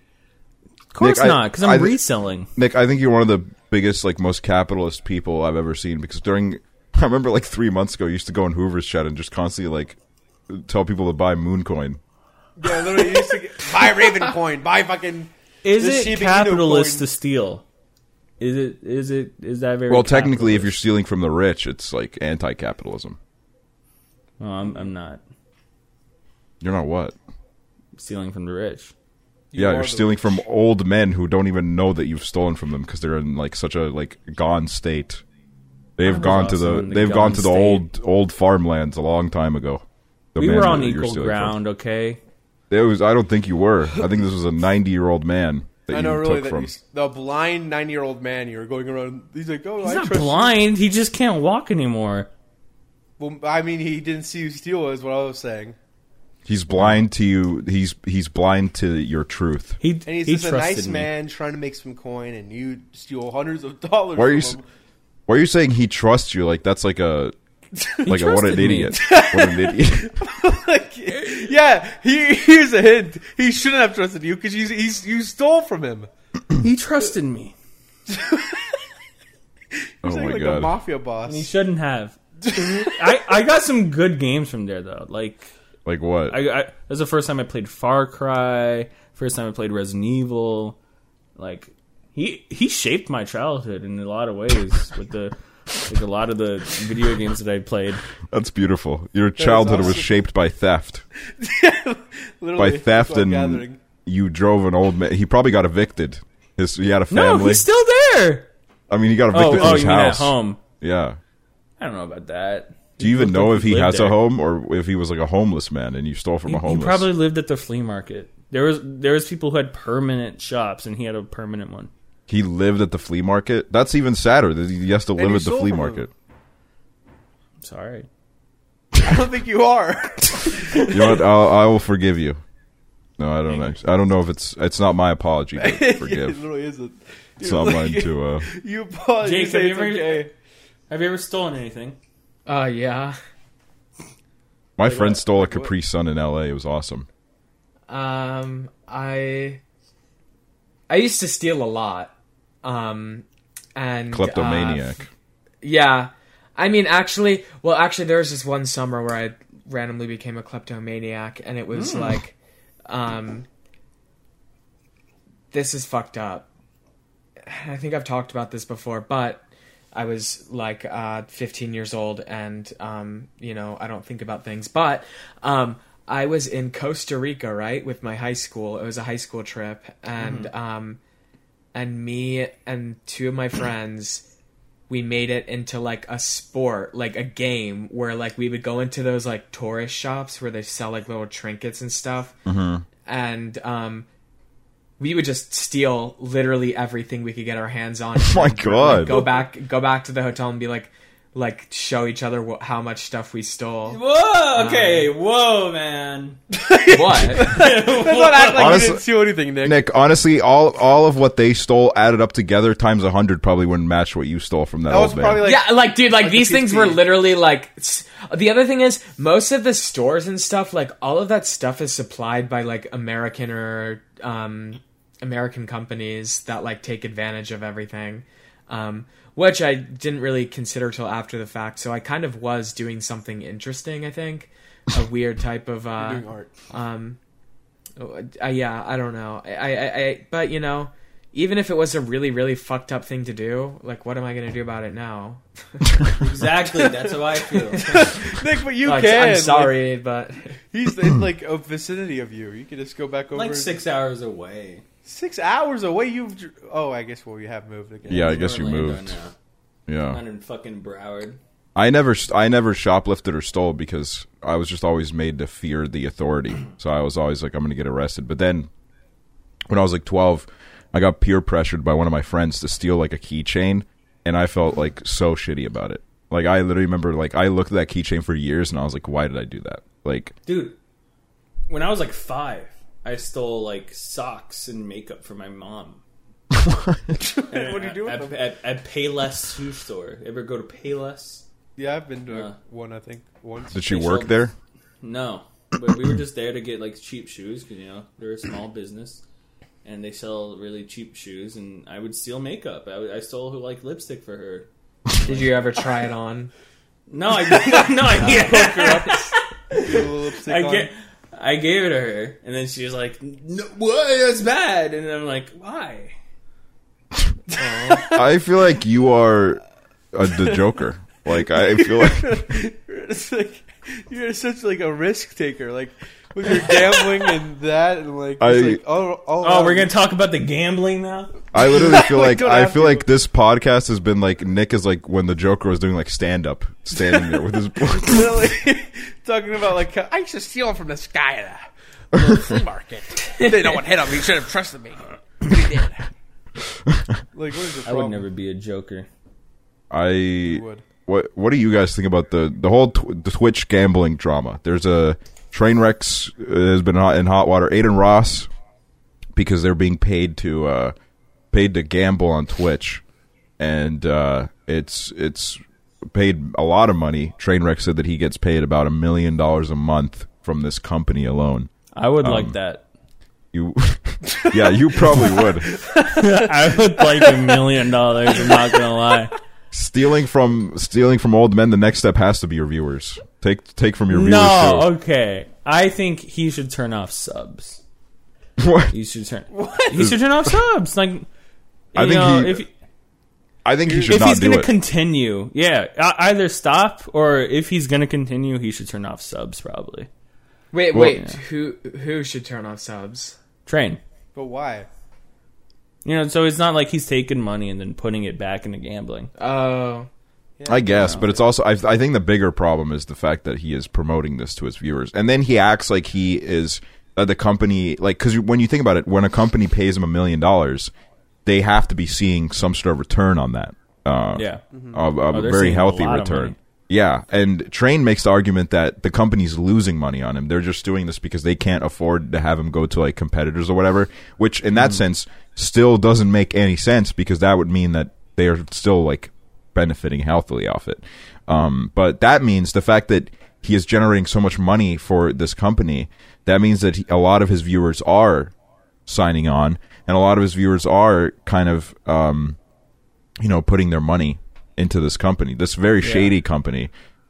Of course Nick, I- not, because I'm I- reselling. Nick, I think you're one of the biggest, like, most capitalist people I've ever seen because during, I remember like three months ago, you used to go in Hoover's chat and just constantly, like, tell people to buy Mooncoin. Yeah, literally you used to get, buy Raven coin, buy fucking. Is This it Shiba Inu capitalist coin- to steal? Is it? Is it? Is that very? Well, technically, if you're capitalist? stealing from the rich, it's like anti capitalism. oh, I'm, I'm not You're not what? stealing from the rich. You yeah, are you're the- stealing from old men who don't even know that you've stolen from them because they're in like such a like gone state. They've was gone to also the, in the they've gone gone to the state. old old farmlands a long time ago. The We man were on that you're equal stealing from. ground, okay? It was. I don't think you were. I think this was a 90 year old man that I know, you really, took that from. you, s- the blind nine-year-old man you were going around. He's like, oh, He's I not trust you. blind. He just can't walk anymore. Well, I mean, he didn't see who steal was what I was saying. He's blind to you. He's he's blind to your truth. He And he's he just a trusted nice me. man trying to make some coin, and you steal hundreds of dollars. Why are from you s- him. Why are you saying he trusts you? Like that's like a like a, what trusted an me. idiot. what an idiot. Like, yeah, he, here's a hint. He shouldn't have trusted you because you, he's you stole from him. He trusted me. Oh He's like, my like a god. mafia boss. He shouldn't have. I I got some good games from there though. Like Like what? I, I that was the first time I played Far Cry. First time I played Resident Evil. Like he he shaped my childhood in a lot of ways with the like a lot of the video games that I played. That's beautiful. Your childhood was awesome. shaped by theft. By Literally, theft that's what I'm and gathering. you drove an old man. He probably got evicted. His he had a No, family. he's still there. I mean, he got Oh, evicted oh, from you his mean at house. home? Yeah. I don't know about that. Do you even Looked know like if he lived has there. a home or if he was like a homeless man and you stole from He, a he homeless? probably lived at the flea market. There was there was people who had permanent shops, and he had a permanent one. He lived at the flea market. That's even sadder. that He has to live you at the stole flea from market. Sorry. I don't think you are. You know what? I'll, I will forgive you. No, I don't. Know. I don't know if it's it's not my apology. To it forgive. literally isn't. Dude, It's not mine like, to. Uh, You pause. Jake, you have say you it's ever- okay. Have you ever stolen anything? Uh, yeah. my uh, friend stole a what? Capri Sun in L.A. It was awesome. Um, I I used to steal a lot. Um, and uh, Kleptomaniac. yeah, I mean, actually, well, actually, there was this one summer where I randomly became a kleptomaniac, and it was like, um, this is fucked up. I think I've talked about this before, but I was like uh, 15 years old, and um, you know, I don't think about things. But um, I was in Costa Rica, right, with my high school. It was a high school trip, and um, and me and two of my friends, we made it into like a sport, like a game where like we would go into those like tourist shops where they sell like little trinkets and stuff, and um. We would just steal literally everything we could get our hands on. Oh my God. go back, go back to the hotel and be like, like show each other wh- how much stuff we stole. Whoa. Okay. whoa, man. what? Let's not act like Honestly- you didn't steal anything, Nick. Nick, honestly, all all of what they stole added up together times hundred probably wouldn't match what you stole from that, that was old oh, man. probably like. yeah, like dude, like, Like the these things were PSP. literally like. s- The other thing is, most of the stores and stuff, like all of that stuff, is supplied by like American or um, American companies that like take advantage of everything, um, which I didn't really consider till after the fact. So I kind of was doing something interesting. I think a weird type of uh, doing art. um uh, yeah i don't know I, I i but you know even if it was a really really fucked up thing to do like what am i gonna do about it now Exactly. That's how I feel. Nick, but you Like, can. i'm like, sorry but he's in like a vicinity of you. You can just go back over like and- six hours away. six hours away. You've dr- oh, I guess well, you have moved again. Yeah, I guess you Orlando moved. Oh. now. Yeah, Not in fucking Broward. I never st- I never shoplifted or stole because I was just always made to fear the authority. So I was always like, I'm going to get arrested. But then when I was like 12, I got peer pressured by one of my friends to steal like a keychain, and I felt like so shitty about it. Like I literally remember, like I looked at that keychain for years, and I was like, why did I do that? Like Dude, when I was like five, I stole like socks and makeup from my mom. what do you do with at, them? at, at Payless shoe store. Ever go to Payless? Yeah, I've been to Yeah. one. I think once. did she They work sold- there? No, but we were just there to get like cheap shoes because you know they're a small business. and they sell really cheap shoes. And I would steal makeup. I, would- I stole like lipstick for her. Did you ever try it on? No, I no, I Get a little lipstick I on. get. I gave it to her, and then she was like, "No, what? That's bad." And I'm like, "Why?" I feel like you are uh, the Joker. Like I feel like it's like you're such like a risk taker, like with your gambling and that, and like, it's I- like all, all Oh, we're gonna talk about the gambling now. I literally feel like don't I have feel to. like this podcast has been like Nick is like when the Joker was doing like stand up, standing there with his book. really talking about like I used to steal from this guy at a little flea market. They no one hit him. He should have trusted me. But he did. Like, what is the I would problem? never be a joker. I would. what what do you guys think about the the whole tw- the Twitch gambling drama? There's a train wrecks uh, has been hot, in hot water. Aiden Ross because they're being paid to uh, paid to gamble on Twitch, and uh, it's it's paid a lot of money. Trainwreck said that he gets paid about a million dollars a month from this company alone. I would like that. You, yeah, you probably would. I would like a million dollars. I'm not gonna lie. Stealing from stealing from old men. The next step has to be your viewers. Take take from your viewers. No, too. okay. I think he should turn off subs. What? He should turn. What? He should turn off subs. Like, I you think know, he if I think he should if not he's do gonna it. continue, yeah, e- either stop or if he's gonna continue, he should turn off subs. Probably Wait, Well- wait. Who who should turn off subs? train. But why? You know, so it's not like he's taking money and then putting it back into gambling. Oh, I guess, but it's also I, I think the bigger problem is the fact that he is promoting this to his viewers, and then he acts like he is uh, the company, like because when you think about it, when a company pays him a million dollars, they have to be seeing some sort of return on that. Uh, Yeah, a, a Oh, they're very seeing a healthy lot of return. money. Yeah, and Train makes the argument that the company's losing money on him. They're just doing this because they can't afford to have him go to like competitors or whatever, which in that sense still doesn't make any sense because that would mean that they are still like benefiting healthily off it. Um, but that means the fact that he is generating so much money for this company, that means that he, a lot of his viewers are signing on, and a lot of his viewers are kind of, um, you know, putting their money into this company, this very shady company,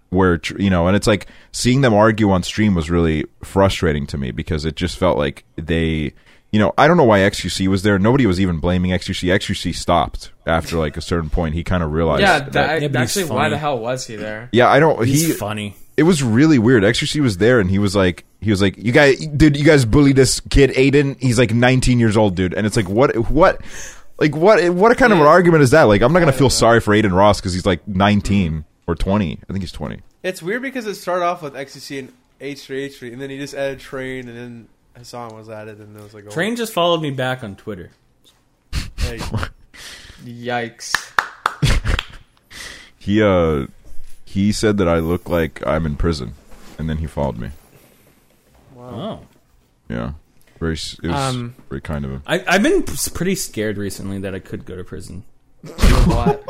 where tr- you know, and it's like seeing them argue on stream was really frustrating to me because it just felt like they, you know, I don't know why XQC was there. Nobody was even blaming XQC. XQC stopped after like a certain point. He kind of realized, yeah. That, yeah, but he's actually, why funny. the hell was he there? yeah, I don't. he's He funny. it was really weird. XQC was there and he was like, he was like, you guys, dude, you guys bully this kid, Aiden. He's like 19 years old, dude. And it's like, what, what, like, what, what kind of an argument is that? Like, I'm not going to feel sorry for Aiden Ross because he's like 19 or 20. I think he's 20. It's weird because it started off with XTC and H3H3, and then he just added Train, and then Hassan was added, and it was like, oh, Train just followed me back on Twitter. hey. Yikes! He, uh, he said that I look like I'm in prison and then he followed me. Oh, Yeah. Very, s- it was Um, very kind of him. I, I've been p- pretty scared recently that I could go to prison. What?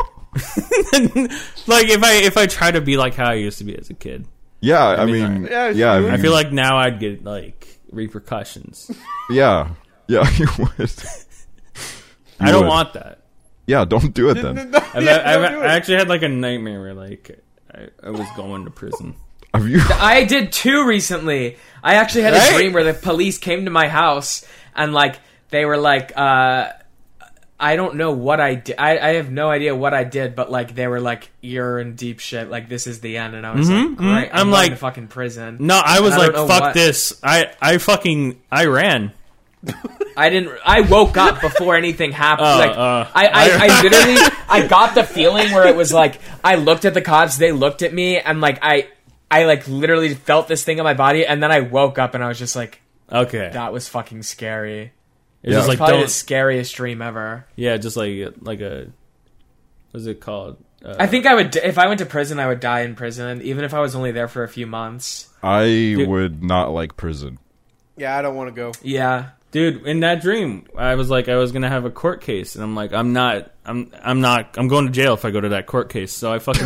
like if I if I try to be like how I used to be as a kid, Yeah. I, mean, mean, yeah. I- Yeah, it's I, weird. mean, I feel like now I'd get like repercussions. yeah. Yeah. You would. I don't would. want that. Yeah. Don't do it then. No, I've, yeah, I've, don't do it. I actually had like a nightmare where like I, I was going to prison. Have you? I did too recently. I actually had Right? a dream where the police came to my house and like they were like, uh, I don't know what I did. I, I have no idea what I did, but like they were like, you're in deep shit. Like this is the end, and I was Mhm, like, mhm. great. Mm-hmm, I'm, I'm going like- to fucking prison. No, I was I don't like, know fuck what- this. I I fucking I ran. I didn't. I woke up before anything happened. Oh, like uh, I, I, I literally, I got the feeling where it was like I looked at the cops, they looked at me, and like I, I like literally felt this thing in my body, and then I woke up and I was just like, Okay, that was fucking scary. it's just Yeah. like Probably the don't. scariest dream ever. Yeah, just like like a what's it called? Uh, I think I would, if I went to prison, I would die in prison, even if I was only there for a few months. I would not like prison. yeah, I don't want to go. Yeah. dude. In that dream, I was like, I was gonna have a court case, and I'm like, I'm not. I'm I'm not. I'm going to jail if I go to that court case. So I fucking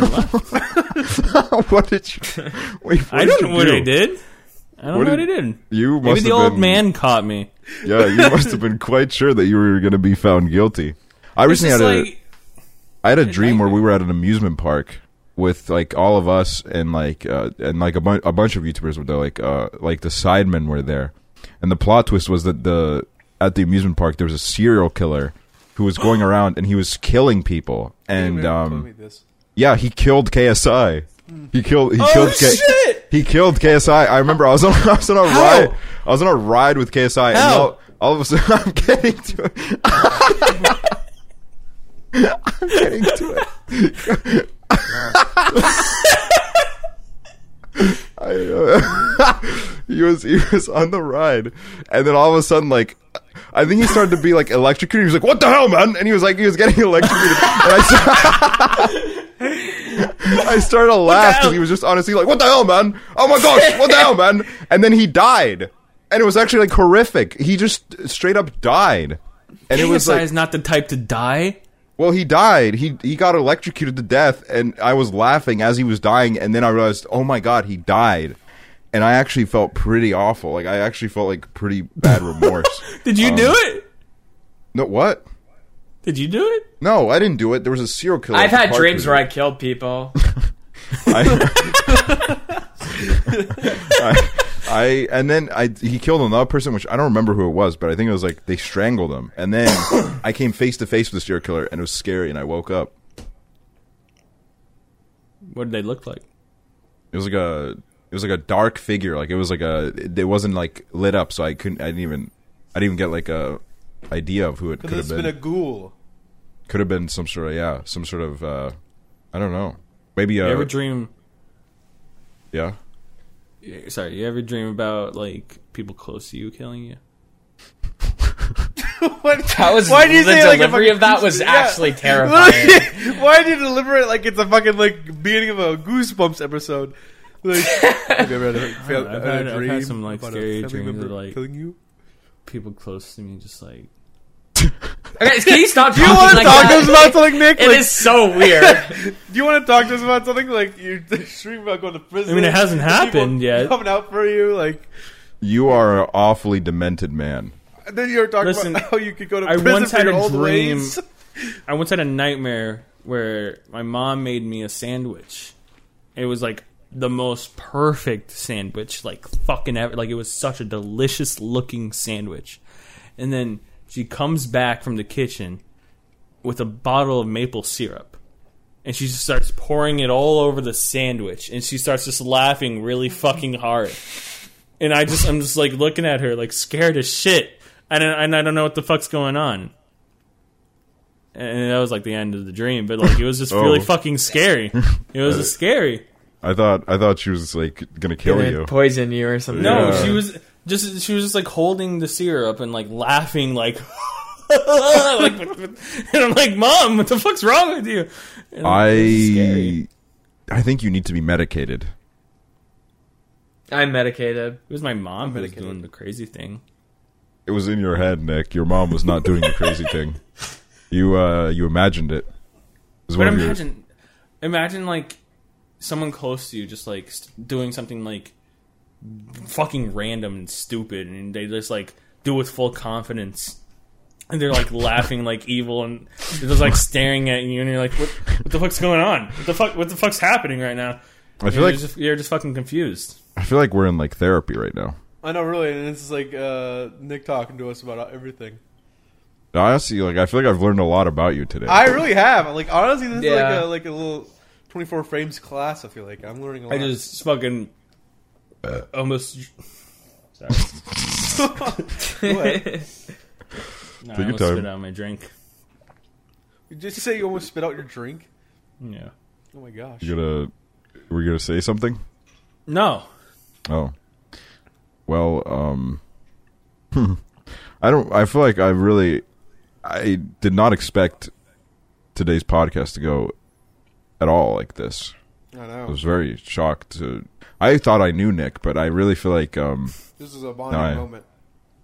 left. what did you? Wait, what I did don't know you what do? I did. I don't What know what did- I did. You Maybe must the have old been, man caught me. Yeah, you must have been quite sure that you were going to be found guilty. I It's recently had just a like I had a dream where we were at an amusement park with like all of us and like uh, and like a, bu- a bunch of YouTubers were there. Like uh, like the Sidemen were there, and the plot twist was that the at the amusement park there was a serial killer who was going around and he was killing people. And um, yeah, he killed KSI. He killed. He killed. K- Oh, shit! He killed KSI. I remember I was on. I was on a How? ride. I was on a ride with KSI. And How? all, all of a sudden, I'm getting to it. I'm getting to it. I, uh, he was he was on the ride, and then all of a sudden, like, I think he started to be like electrocuted. He was like, "What the hell, man?" And he was like, he was getting electrocuted. and I, sta- I started to laugh because he was just honestly like, "What the hell, man? Oh my gosh, what the hell, man?" And then he died, and it was actually like horrific. He just straight up died, and it was KSI like, is not the type to die. well, he died. He he got electrocuted to death, and I was laughing as he was dying, and then I realized, oh my god, he died, and I actually felt pretty awful. Like I actually felt like pretty bad remorse. Did you do it? no, what? Did you do it? No, I didn't do it. There was a serial killer. I've had dreams where I killed people. I, I, I- and then I he killed another person, which I don't remember who it was, but I think it was like they strangled him, and then I came face to face with the serial killer, and it was scary, and I woke up. What did they look like? It was like a it was like a dark figure. Like it was like a it, it wasn't like lit up, so I couldn't. I didn't even I didn't even get like a idea of who it could Because have it's been. been a ghoul. could have been some sort of yeah, some sort of uh I don't know. Maybe You uh ever dream? yeah. Sorry, you ever dream about like people close to you killing you? What? That was Why do you the say it like a delivery fucking- of that was Yeah. actually terrifying. Why did you deliver it like it's a fucking like beginning of a Goosebumps episode? Like, have you ever had a, fail, I've had a had- I've had dream some, like, about a scary family dreams member that, like- killing you? People close to me, just like okay, can you stop Do you want talking to like talk to us that? about something, Nick? It Like, is so weird. Do you want to talk to us about something like you dream about going to prison? I mean, it hasn't people happened yet. Coming out for you, like You are an awfully demented man. and then you were talking Listen, about how you could go to I prison once for had your a old dream- ways. I once had a nightmare where my mom made me a sandwich. It was like the most perfect sandwich, like fucking ever. Like it was such a delicious looking sandwich. And then she comes back from the kitchen with a bottle of maple syrup. And she just starts pouring it all over the sandwich. And she starts just laughing really fucking hard. And I just, I'm just like looking at her, like scared as shit. And I, and I don't know what the fuck's going on and that was like the end of the dream. But like it was just Oh. Uh, really fucking scary. It was just scary. I thought I thought she was like gonna kill Gonna you. Poison you or something. No, Yeah. she was just she was just like holding the syrup and like laughing like. like with- with- and I'm like, Mom, what the fuck's wrong with you? And, like, it was scary. I I think you need to be medicated. I'm medicated. It was my mom who was medicated. doing the crazy thing. It was in your head, Nick. Your mom was not doing the crazy thing. You uh you imagined it. It was But one of your- imagine, imagine like someone close to you just like st- doing something like fucking random and stupid, and they just like do it with full confidence, and they're like laughing like evil, and they're just like staring at you, and you're like, what, what the fuck's going on? What the fuck? What the fuck's happening right now? I You're, feel like just, you're just fucking confused. I feel like we're in like therapy right now. I know, really, and it's like uh, Nick talking to us about everything. No, Honestly, like I feel like I've learned a lot about you today. I really have. Like honestly, this Yeah. is like a like a little twenty four frames class. I feel like I'm learning a lot. I just fucking Uh, almost. Sorry, What? no, I your almost time. spit out my drink. Did you say you almost spit out your drink? Yeah. Oh my gosh! you gonna we're gonna say something? No. Oh. Well, um hmm. I don't I feel like I really I did not expect today's podcast to go at all like this. I I know. was very shocked to I thought I knew Nick, but I really feel like um This is a bonding No, I- moment.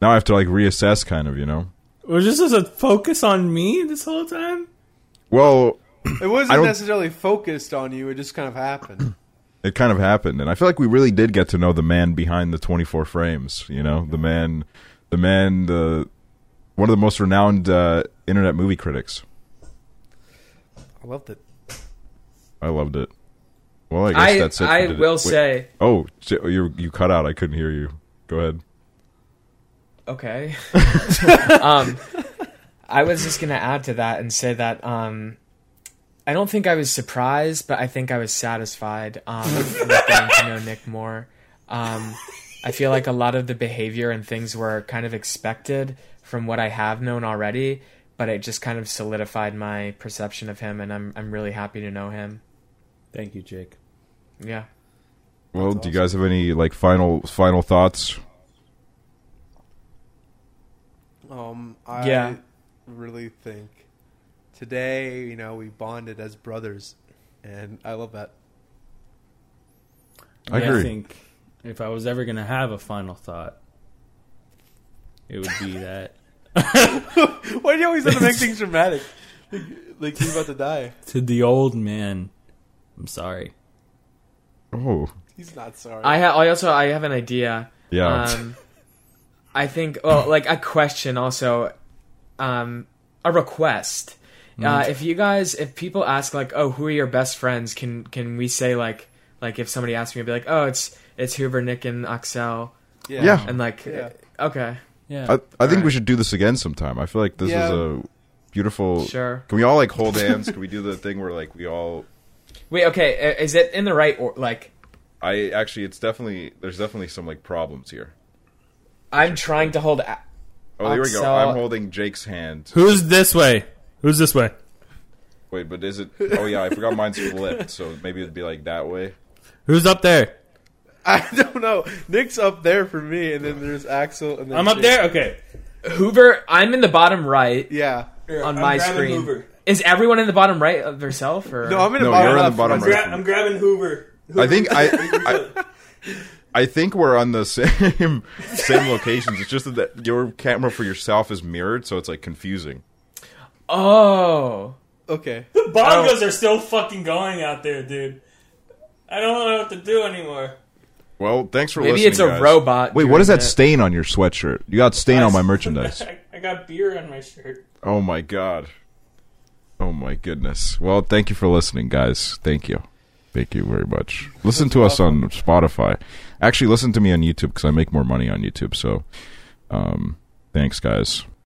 now I have to like reassess kind of, you know. Was this just a focus on me this whole time? Well, It I wasn't don't- necessarily focused on you. It just kind of happened. it kind of happened and i feel like we really did get to know the man behind the 24 frames you know the man the man the one of the most renowned uh, internet movie critics I loved it. i loved it well i guess I that's it for I today. will Wait. say oh j- you you cut out i couldn't hear you go ahead Okay. um, I was just gonna add to that and say that um, I don't think I was surprised, but I think I was satisfied um, with getting to know Nick more. Um, I feel like a lot of the behavior and things were kind of expected from what I have known already, but it just kind of solidified my perception of him, and I'm I'm really happy to know him. Thank you, Jake. Yeah. well do you guys have any like final final thoughts Um, I Yeah. really think today, you know, we bonded as brothers, and I love that. i agree think if I was ever gonna have a final thought, it would be that Why do you always have to make things dramatic? Like, like he's about to die. to the old man. I'm sorry. oh He's not sorry. I ha- I also I have an idea. yeah Um, I think, well, like a question also, um, a request. Mm-hmm. Uh, if you guys, if people ask like, oh, who are your best friends? Can can we say like, like if somebody asks me, I'd be like, oh, it's it's Huber, Nick, and Axel, yeah and like, Yeah. okay, Yeah. I, I think we should do this again sometime. I feel like this Yeah. is a beautiful. Sure. Can we all like hold hands? Can we do the thing where like we all? wait, okay, i- is it in the right or like? I actually, it's definitely there's definitely some like problems here. I'm trying to hold. A- Oh, there we go. Axel- I'm holding Jake's hand. Who's this way? Who's this way? Wait, but is it? Oh yeah, I forgot mine's flipped, so maybe it'd be like that way. Who's up there? I don't know. Nick's up there for me, and then there's Axel, and then I'm up Jake. there. Okay. Hoover, I'm in the bottom right Yeah. on my screen. Is everyone in the bottom right of themselves? Or No, I'm in the No, bottom you're in the left. bottom right. I'm grabbing Hoover. I think I, I, I think we're on the same same locations. It's just that your camera for yourself is mirrored, so it's like confusing. oh. Okay. Bongos are still fucking going out there, dude. I don't know what to do anymore. Well, thanks for Maybe listening. it's a guys. robot Wait, what is doing that it. stain on your sweatshirt? You got stain on my merchandise. I, I got beer on my shirt. Oh my god. Oh my goodness. Well, thank you for listening, guys. Thank you. Thank you very much. Listen to us on Spotify. Actually, listen to me on YouTube because I make more money on YouTube. So, um, thanks, guys.